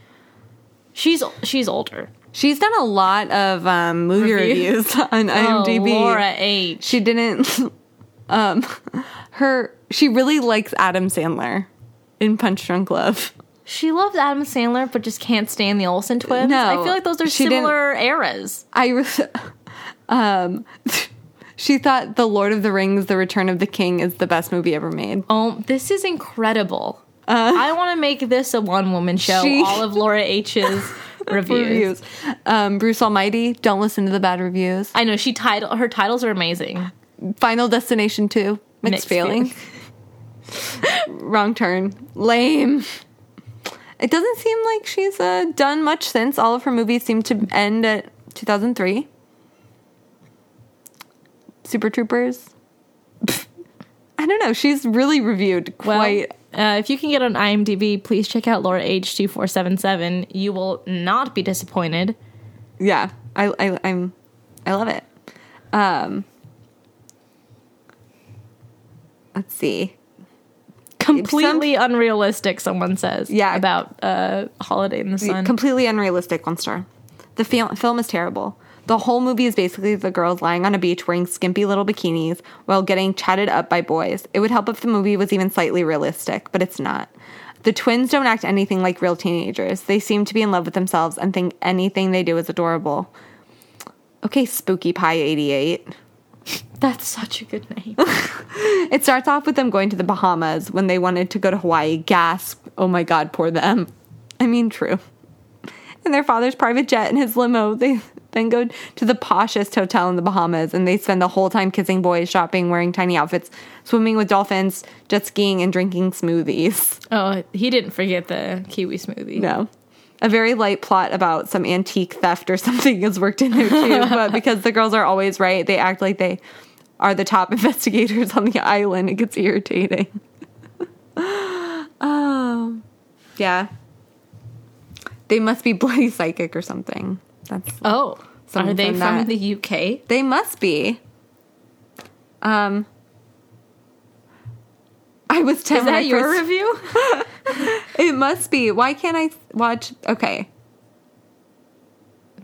Speaker 3: She's she's older.
Speaker 2: She's done a lot of um, movie
Speaker 3: Reviews.
Speaker 2: reviews on IMDb.
Speaker 3: Oh, Laura H.
Speaker 2: she didn't um her she really likes Adam Sandler in Punch Drunk Love.
Speaker 3: She loves Adam Sandler, but just can't stand the Olsen twins.
Speaker 2: No,
Speaker 3: I feel like those are
Speaker 2: she didn't-
Speaker 3: similar eras.
Speaker 2: I re- um she thought The Lord of the Rings The Return of the King is the best movie ever made.
Speaker 3: Oh, this is incredible. I want to make this a one woman show.
Speaker 2: Uh. She-
Speaker 3: all of Laura H's reviews.
Speaker 2: Reviews. Um Bruce Almighty, don't listen to the bad reviews.
Speaker 3: I know she title her titles are amazing.
Speaker 2: Final Destination 2, mixed,
Speaker 3: Mixed
Speaker 2: feeling. Wrong turn. Lame. It doesn't seem like she's uh, done much since. All of her movies seem to end at 2003. Super Troopers. I don't know. She's really reviewed
Speaker 3: Well,
Speaker 2: quite.
Speaker 3: uh, if you can get on IMDb, please check out Laura H two four seven seven. You will not be disappointed.
Speaker 2: yeah, I, I, I'm, I love it. Um, let's see.
Speaker 3: Completely unrealistic, someone says.
Speaker 2: Yeah.
Speaker 3: about uh, Holiday in the Sun.
Speaker 2: Completely unrealistic, one star. The fil- film is terrible. The whole movie is basically the girls lying on a beach wearing skimpy little bikinis while getting chatted up by boys. It would help if the movie was even slightly realistic, but it's not. The twins don't act anything like real teenagers. They seem to be in love with themselves and think anything they do is adorable. Okay, Spooky Pie 88.
Speaker 3: That's such a good name.
Speaker 2: It starts off with them going to the Bahamas when they wanted to go to Hawaii. Gasp. Oh my God, poor them. I mean, true. In their father's private jet and his limo, they then go to the poshest hotel in the Bahamas and they spend the whole time kissing boys, shopping, wearing tiny outfits, swimming with dolphins, jet skiing, and drinking smoothies.
Speaker 3: oh, he didn't forget the kiwi smoothie.
Speaker 2: No. A very light plot about some antique theft or something is worked in there too, but because the girls are always right, they act like they are the top investigators on the island. It gets irritating. um, yeah. They must be bloody psychic or something. That's
Speaker 3: Oh,
Speaker 2: Something
Speaker 3: are they
Speaker 2: from
Speaker 3: from,
Speaker 2: that.
Speaker 3: the UK?
Speaker 2: they must be. Um, I was ten.
Speaker 3: Is
Speaker 2: when I
Speaker 3: that your
Speaker 2: first-
Speaker 3: review?
Speaker 2: It must be. Why can't I watch? Okay,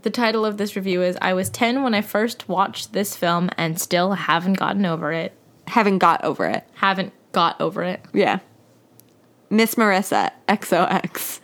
Speaker 3: The title of this review is I was 10 when I first watched this film and still haven't gotten over it.
Speaker 2: haven't got over it.
Speaker 3: Haven't got over it.
Speaker 2: Yeah. Miss Marissa XOX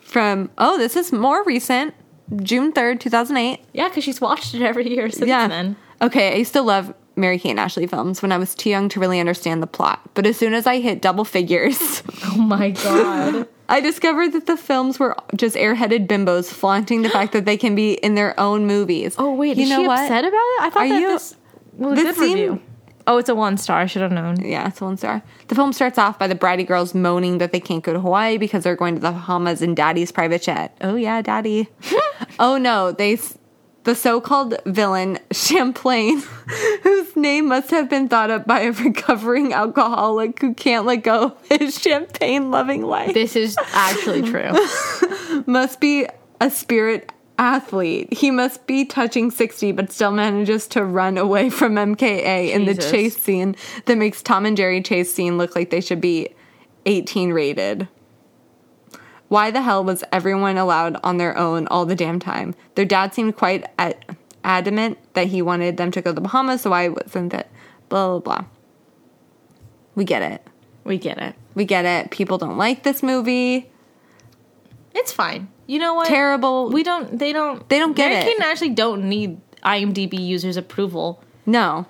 Speaker 2: from oh, this is more recent, June third, two thousand eight.
Speaker 3: Yeah, because she's watched it every year since
Speaker 2: Yeah.
Speaker 3: then.
Speaker 2: Okay, I used to love Mary Kate and Ashley films when I was too young to really understand the plot, but as soon as I hit double figures,
Speaker 3: Oh my god.
Speaker 2: I discovered that the films were just airheaded bimbos flaunting the fact that they can be in their own movies.
Speaker 3: oh wait, is she upset about it? I thought
Speaker 2: Are
Speaker 3: that
Speaker 2: you-
Speaker 3: this was a
Speaker 2: this
Speaker 3: good
Speaker 2: seem-
Speaker 3: review. Oh, it's a one star. I should have known.
Speaker 2: Yeah, it's one star. The film starts off by the bratty girls moaning that they can't go to Hawaii because they're going to the Bahamas in Daddy's private jet. Oh yeah, Daddy. oh no, they. s- The so-called villain Champlain, whose name must have been thought up by a recovering alcoholic who can't let go of his champagne-loving life
Speaker 3: This is actually true.
Speaker 2: must be a spirit athlete. He must be touching 60, but still manages to run away from MKA in the
Speaker 3: Jesus.
Speaker 2: chase scene that makes Tom and Jerry chase scene look like they should be 18 rated. Why the hell was everyone allowed on their own all the damn time? Their dad seemed quite at adamant that he wanted them to go to the Bahamas, so I wasn't that. Blah, blah, blah. We get it.
Speaker 3: We get it.
Speaker 2: We get it. People don't like this movie.
Speaker 3: It's fine. You know what?
Speaker 2: Terrible.
Speaker 3: We don't. They don't.
Speaker 2: They don't get
Speaker 3: Mary
Speaker 2: it.
Speaker 3: Kate and Ashley don't need IMDb users' approval.
Speaker 2: No.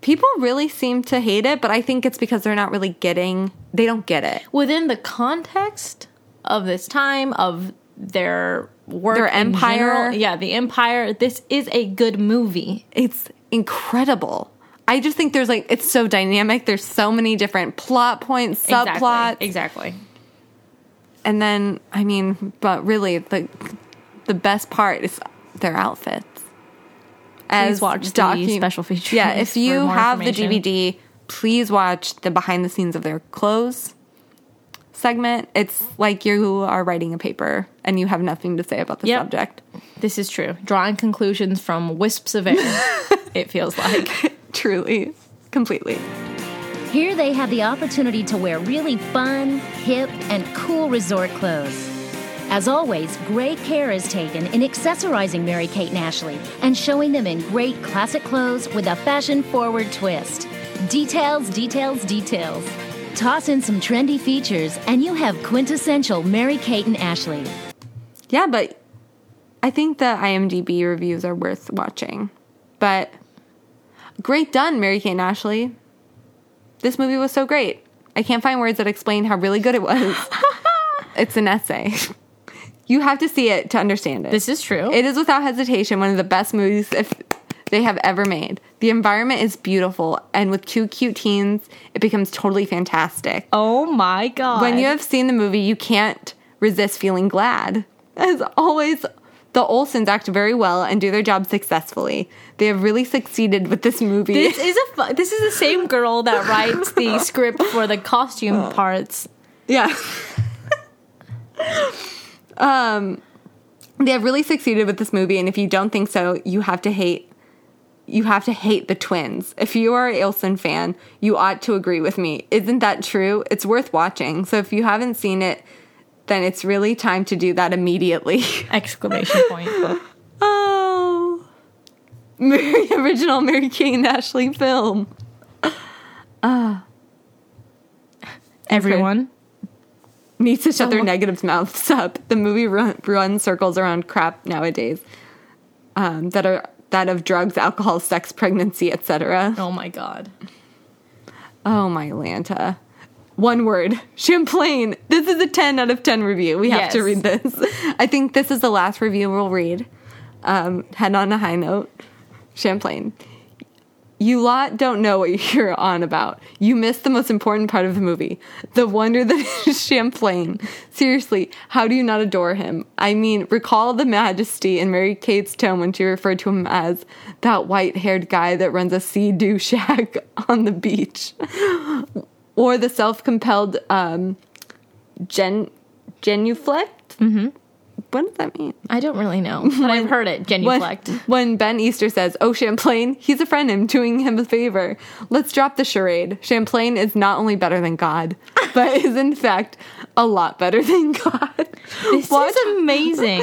Speaker 2: People really seem to hate it, but I think it's because they're not really getting, they don't get it.
Speaker 3: within the context of this time of their work
Speaker 2: Their
Speaker 3: in
Speaker 2: empire.
Speaker 3: general- yeah the empire this is a good movie
Speaker 2: It's incredible. I just think there's like, it's so dynamic. There's so many different plot points, subplots.
Speaker 3: exactly, exactly.
Speaker 2: And then, I mean, but really, the, the best part is their outfits.
Speaker 3: Please watch the
Speaker 2: docu-
Speaker 3: special features
Speaker 2: Yeah, if
Speaker 3: for
Speaker 2: you
Speaker 3: more
Speaker 2: have the
Speaker 3: information.
Speaker 2: DVD, please watch the behind the scenes of their clothes segment. It's like you are writing a paper and you have nothing to say about the
Speaker 3: Yep.
Speaker 2: subject.
Speaker 3: this is true drawing conclusions from wisps of air it feels like
Speaker 2: Truly, completely.
Speaker 10: Here they have the opportunity to wear really fun, hip, and cool resort clothes. As always, great care is taken in accessorizing Mary Kate and Ashley and showing them in great classic clothes with a fashion forward twist. Details, details, details. Toss in some trendy features, and you have quintessential Mary Kate and Ashley.
Speaker 2: Yeah, but I think the IMDb reviews are worth watching. But great done, Mary Kate and Ashley. This movie was so great. I can't find words that explain how really good it was. it's an essay. You have to see it to understand it.
Speaker 3: this is true
Speaker 2: It is without hesitation one of the best movies if they have ever made. The environment is beautiful, and with two cute teens, it becomes totally fantastic.
Speaker 3: oh my god
Speaker 2: When you have seen the movie, you can't resist feeling glad. As always, the Olsons act very well and do their job successfully. They have really succeeded with this movie.
Speaker 3: this is a fu- this is the same girl that writes the script for the costume parts
Speaker 2: Yeah. um, they have really succeeded with this movie, and if you don't think so, you have to hate. You have to hate the twins. If you are a Ilson fan, you ought to agree with me. Isn't that true? It's worth watching. So if you haven't seen it, then it's really time to do that immediately.
Speaker 3: exclamation point
Speaker 2: oh, Mary, original Mary Kate and Ashley film.
Speaker 3: everyone
Speaker 2: needs to shut their negatives mouths up. The movie run, runs circles around crap nowadays um, that are that of drugs, alcohol, sex, pregnancy, etc.
Speaker 3: oh my god
Speaker 2: Oh my Lanta. One word, Champlain. This is a 10 out of 10 review. We have to
Speaker 3: Yes.
Speaker 2: read this. I think this is the last review we'll read. Um, head on a high note. Champlain. You lot don't know what you're on about. You missed the most important part of the movie the wonder that is Champlain. Seriously, how do you not adore him? I mean, recall the majesty in Mary Kate's tone when she referred to him as that white haired guy that runs a sea doo shack on the beach, or the self compelled um, gen- genuflect. Mm-hmm. What does that mean?
Speaker 3: i don't really know but i've heard it genuflect
Speaker 2: When, when Ben Easter says, Oh, Champlain, he's a friend, I'm doing him a favor. Let's drop the charade. Champlain is not only better than God, but is in fact a lot better than God.
Speaker 3: this
Speaker 2: Watch-
Speaker 3: is amazing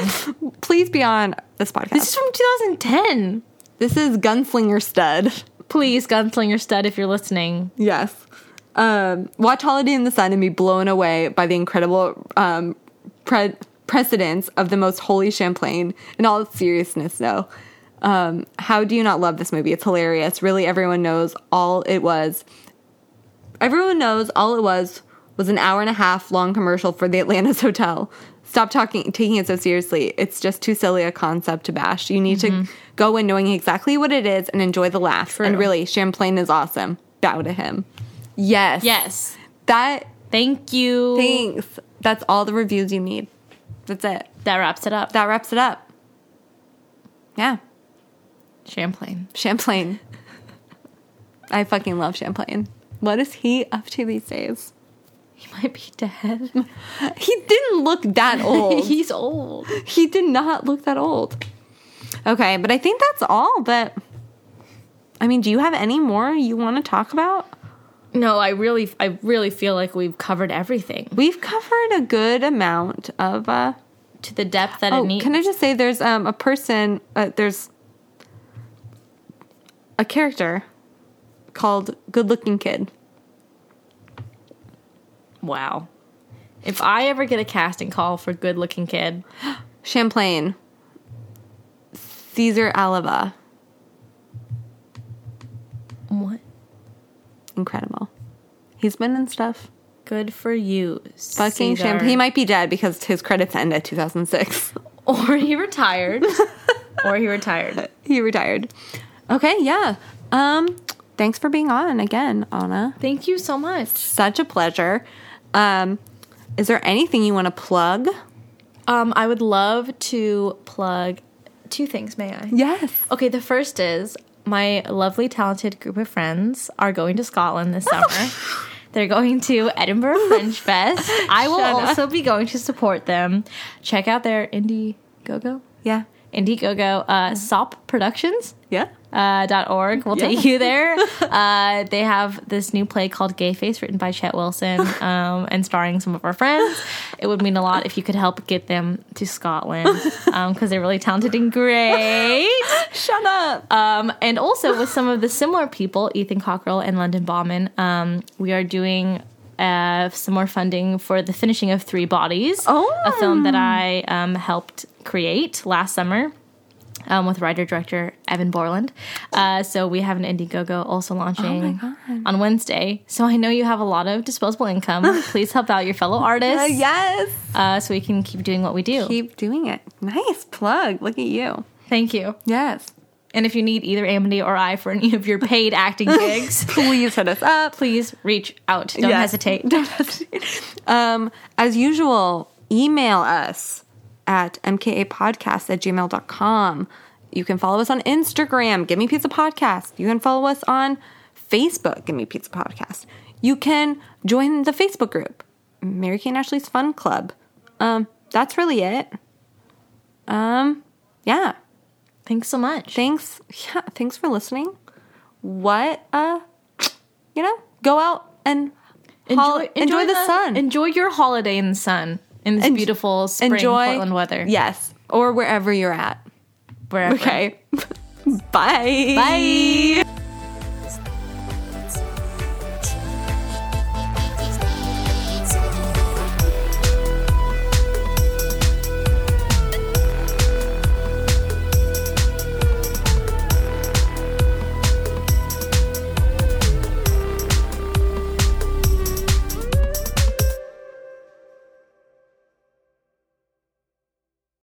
Speaker 2: Please be on this podcast.
Speaker 3: This is from 2010.
Speaker 2: this is Gunslinger Stud.
Speaker 3: Please, Gunslinger Stud, if you're listening.
Speaker 2: Yes. Um, watch Holiday in the Sun and be blown away by the incredible um, pre- precedence of the most holy Champlain. In all seriousness, though, um, how do you not love this movie? It's hilarious. Really, everyone knows all it was. Everyone knows all it was was an hour and a half long commercial for the Atlantis Hotel. Stop talking, taking it so seriously. It's just too silly a concept to bash. You need to go in knowing exactly what it is and enjoy the laughs. And really, Champlain is awesome. Bow to him. Yes.
Speaker 3: Yes.
Speaker 2: That
Speaker 3: Thank you.
Speaker 2: thanks. That's all the reviews you need. That's it.
Speaker 3: that wraps it up.
Speaker 2: That wraps it up. Yeah.
Speaker 3: Champlain.
Speaker 2: Champlain. I fucking love Champlain. What is he up to these days?
Speaker 3: He might be dead.
Speaker 2: He didn't look that old. he,
Speaker 3: He's old.
Speaker 2: he did not look that old. Okay, but I think that's all that I mean, do you have any more you want to talk about?
Speaker 3: No, I really, I really feel like we've covered everything.
Speaker 2: We've covered a good amount of uh
Speaker 3: to the depth that
Speaker 2: oh,
Speaker 3: it needs.
Speaker 2: can I just say there's um, a person, uh, there's a character called Good Looking Kid.
Speaker 3: Wow. If I ever get a casting call for Good Looking Kid,
Speaker 2: Champlain, Caesar Alava.
Speaker 3: What?
Speaker 2: Incredible. He's been in stuff.
Speaker 3: Good for you.
Speaker 2: Fucking
Speaker 3: Caesar.
Speaker 2: Champlain. He might be dead because his credits end at 2006.
Speaker 3: or he retired, or he retired.
Speaker 2: He retired. Okay, yeah. Um, thanks for being on again, Anna.
Speaker 3: Thank you so much.
Speaker 2: Such a pleasure. Um, is there anything you want to plug?
Speaker 3: Um, I would love to plug two things, may I?
Speaker 2: Yes.
Speaker 3: Okay, the first is my lovely, talented group of friends are going to Scotland this summer. They're going to Edinburgh Fringe Fest. I will
Speaker 2: Shut up.
Speaker 3: also be going to support them. Check out their Indiegogo.
Speaker 2: Yeah.
Speaker 3: Indiegogo uh, SOP Productions.
Speaker 2: Yeah.
Speaker 3: Uh, dot org. We'll
Speaker 2: Yeah.
Speaker 3: take you there. Uh, they have this new play called Gay Face, written by Chet Wilson um, and starring some of our friends. It would mean a lot if you could help get them to Scotland because they're really talented and great.
Speaker 2: Shut up.
Speaker 3: Um, and also with some of the similar people, Ethan Cockrell and London Bauman, um, we are doing uh, some more funding for the finishing of Three Bodies,
Speaker 2: Oh.
Speaker 3: a film that I um, helped create last summer. Um, with writer director Evan Borland. Uh, so, we have an Indiegogo also
Speaker 2: Oh
Speaker 3: launching on Wednesday. So, I know you have a lot of disposable income. Please help out your fellow artists
Speaker 2: Uh, yes.
Speaker 3: uh, so we can keep doing what we do.
Speaker 2: Keep doing it. Nice plug. Look at you.
Speaker 3: Thank you.
Speaker 2: Yes.
Speaker 3: And if you need either Amity or I for any of your paid acting gigs,
Speaker 2: Please hit us up.
Speaker 3: please reach out. Don't
Speaker 2: Yes.
Speaker 3: hesitate.
Speaker 2: Don't hesitate. Um, as usual, email us at mkapodcast at gmail.com. You can follow us on Instagram, Give Me Pizza Podcast. You can follow us on Facebook, Give Me Pizza Podcast. You can join the Facebook group, Mary Kay and Ashley's Fun Club. Um, that's really it. Um, yeah.
Speaker 3: Thanks so much.
Speaker 2: Thanks. Yeah, thanks for listening. What uh you know, go out and hol- enjoy, the, sun.
Speaker 3: Enjoy your holiday in the sun in this
Speaker 2: En-
Speaker 3: beautiful spring
Speaker 2: enjoy-
Speaker 3: Portland weather.
Speaker 2: Yes, or wherever you're at.
Speaker 3: Wherever.
Speaker 2: Okay. Bye.
Speaker 3: Bye.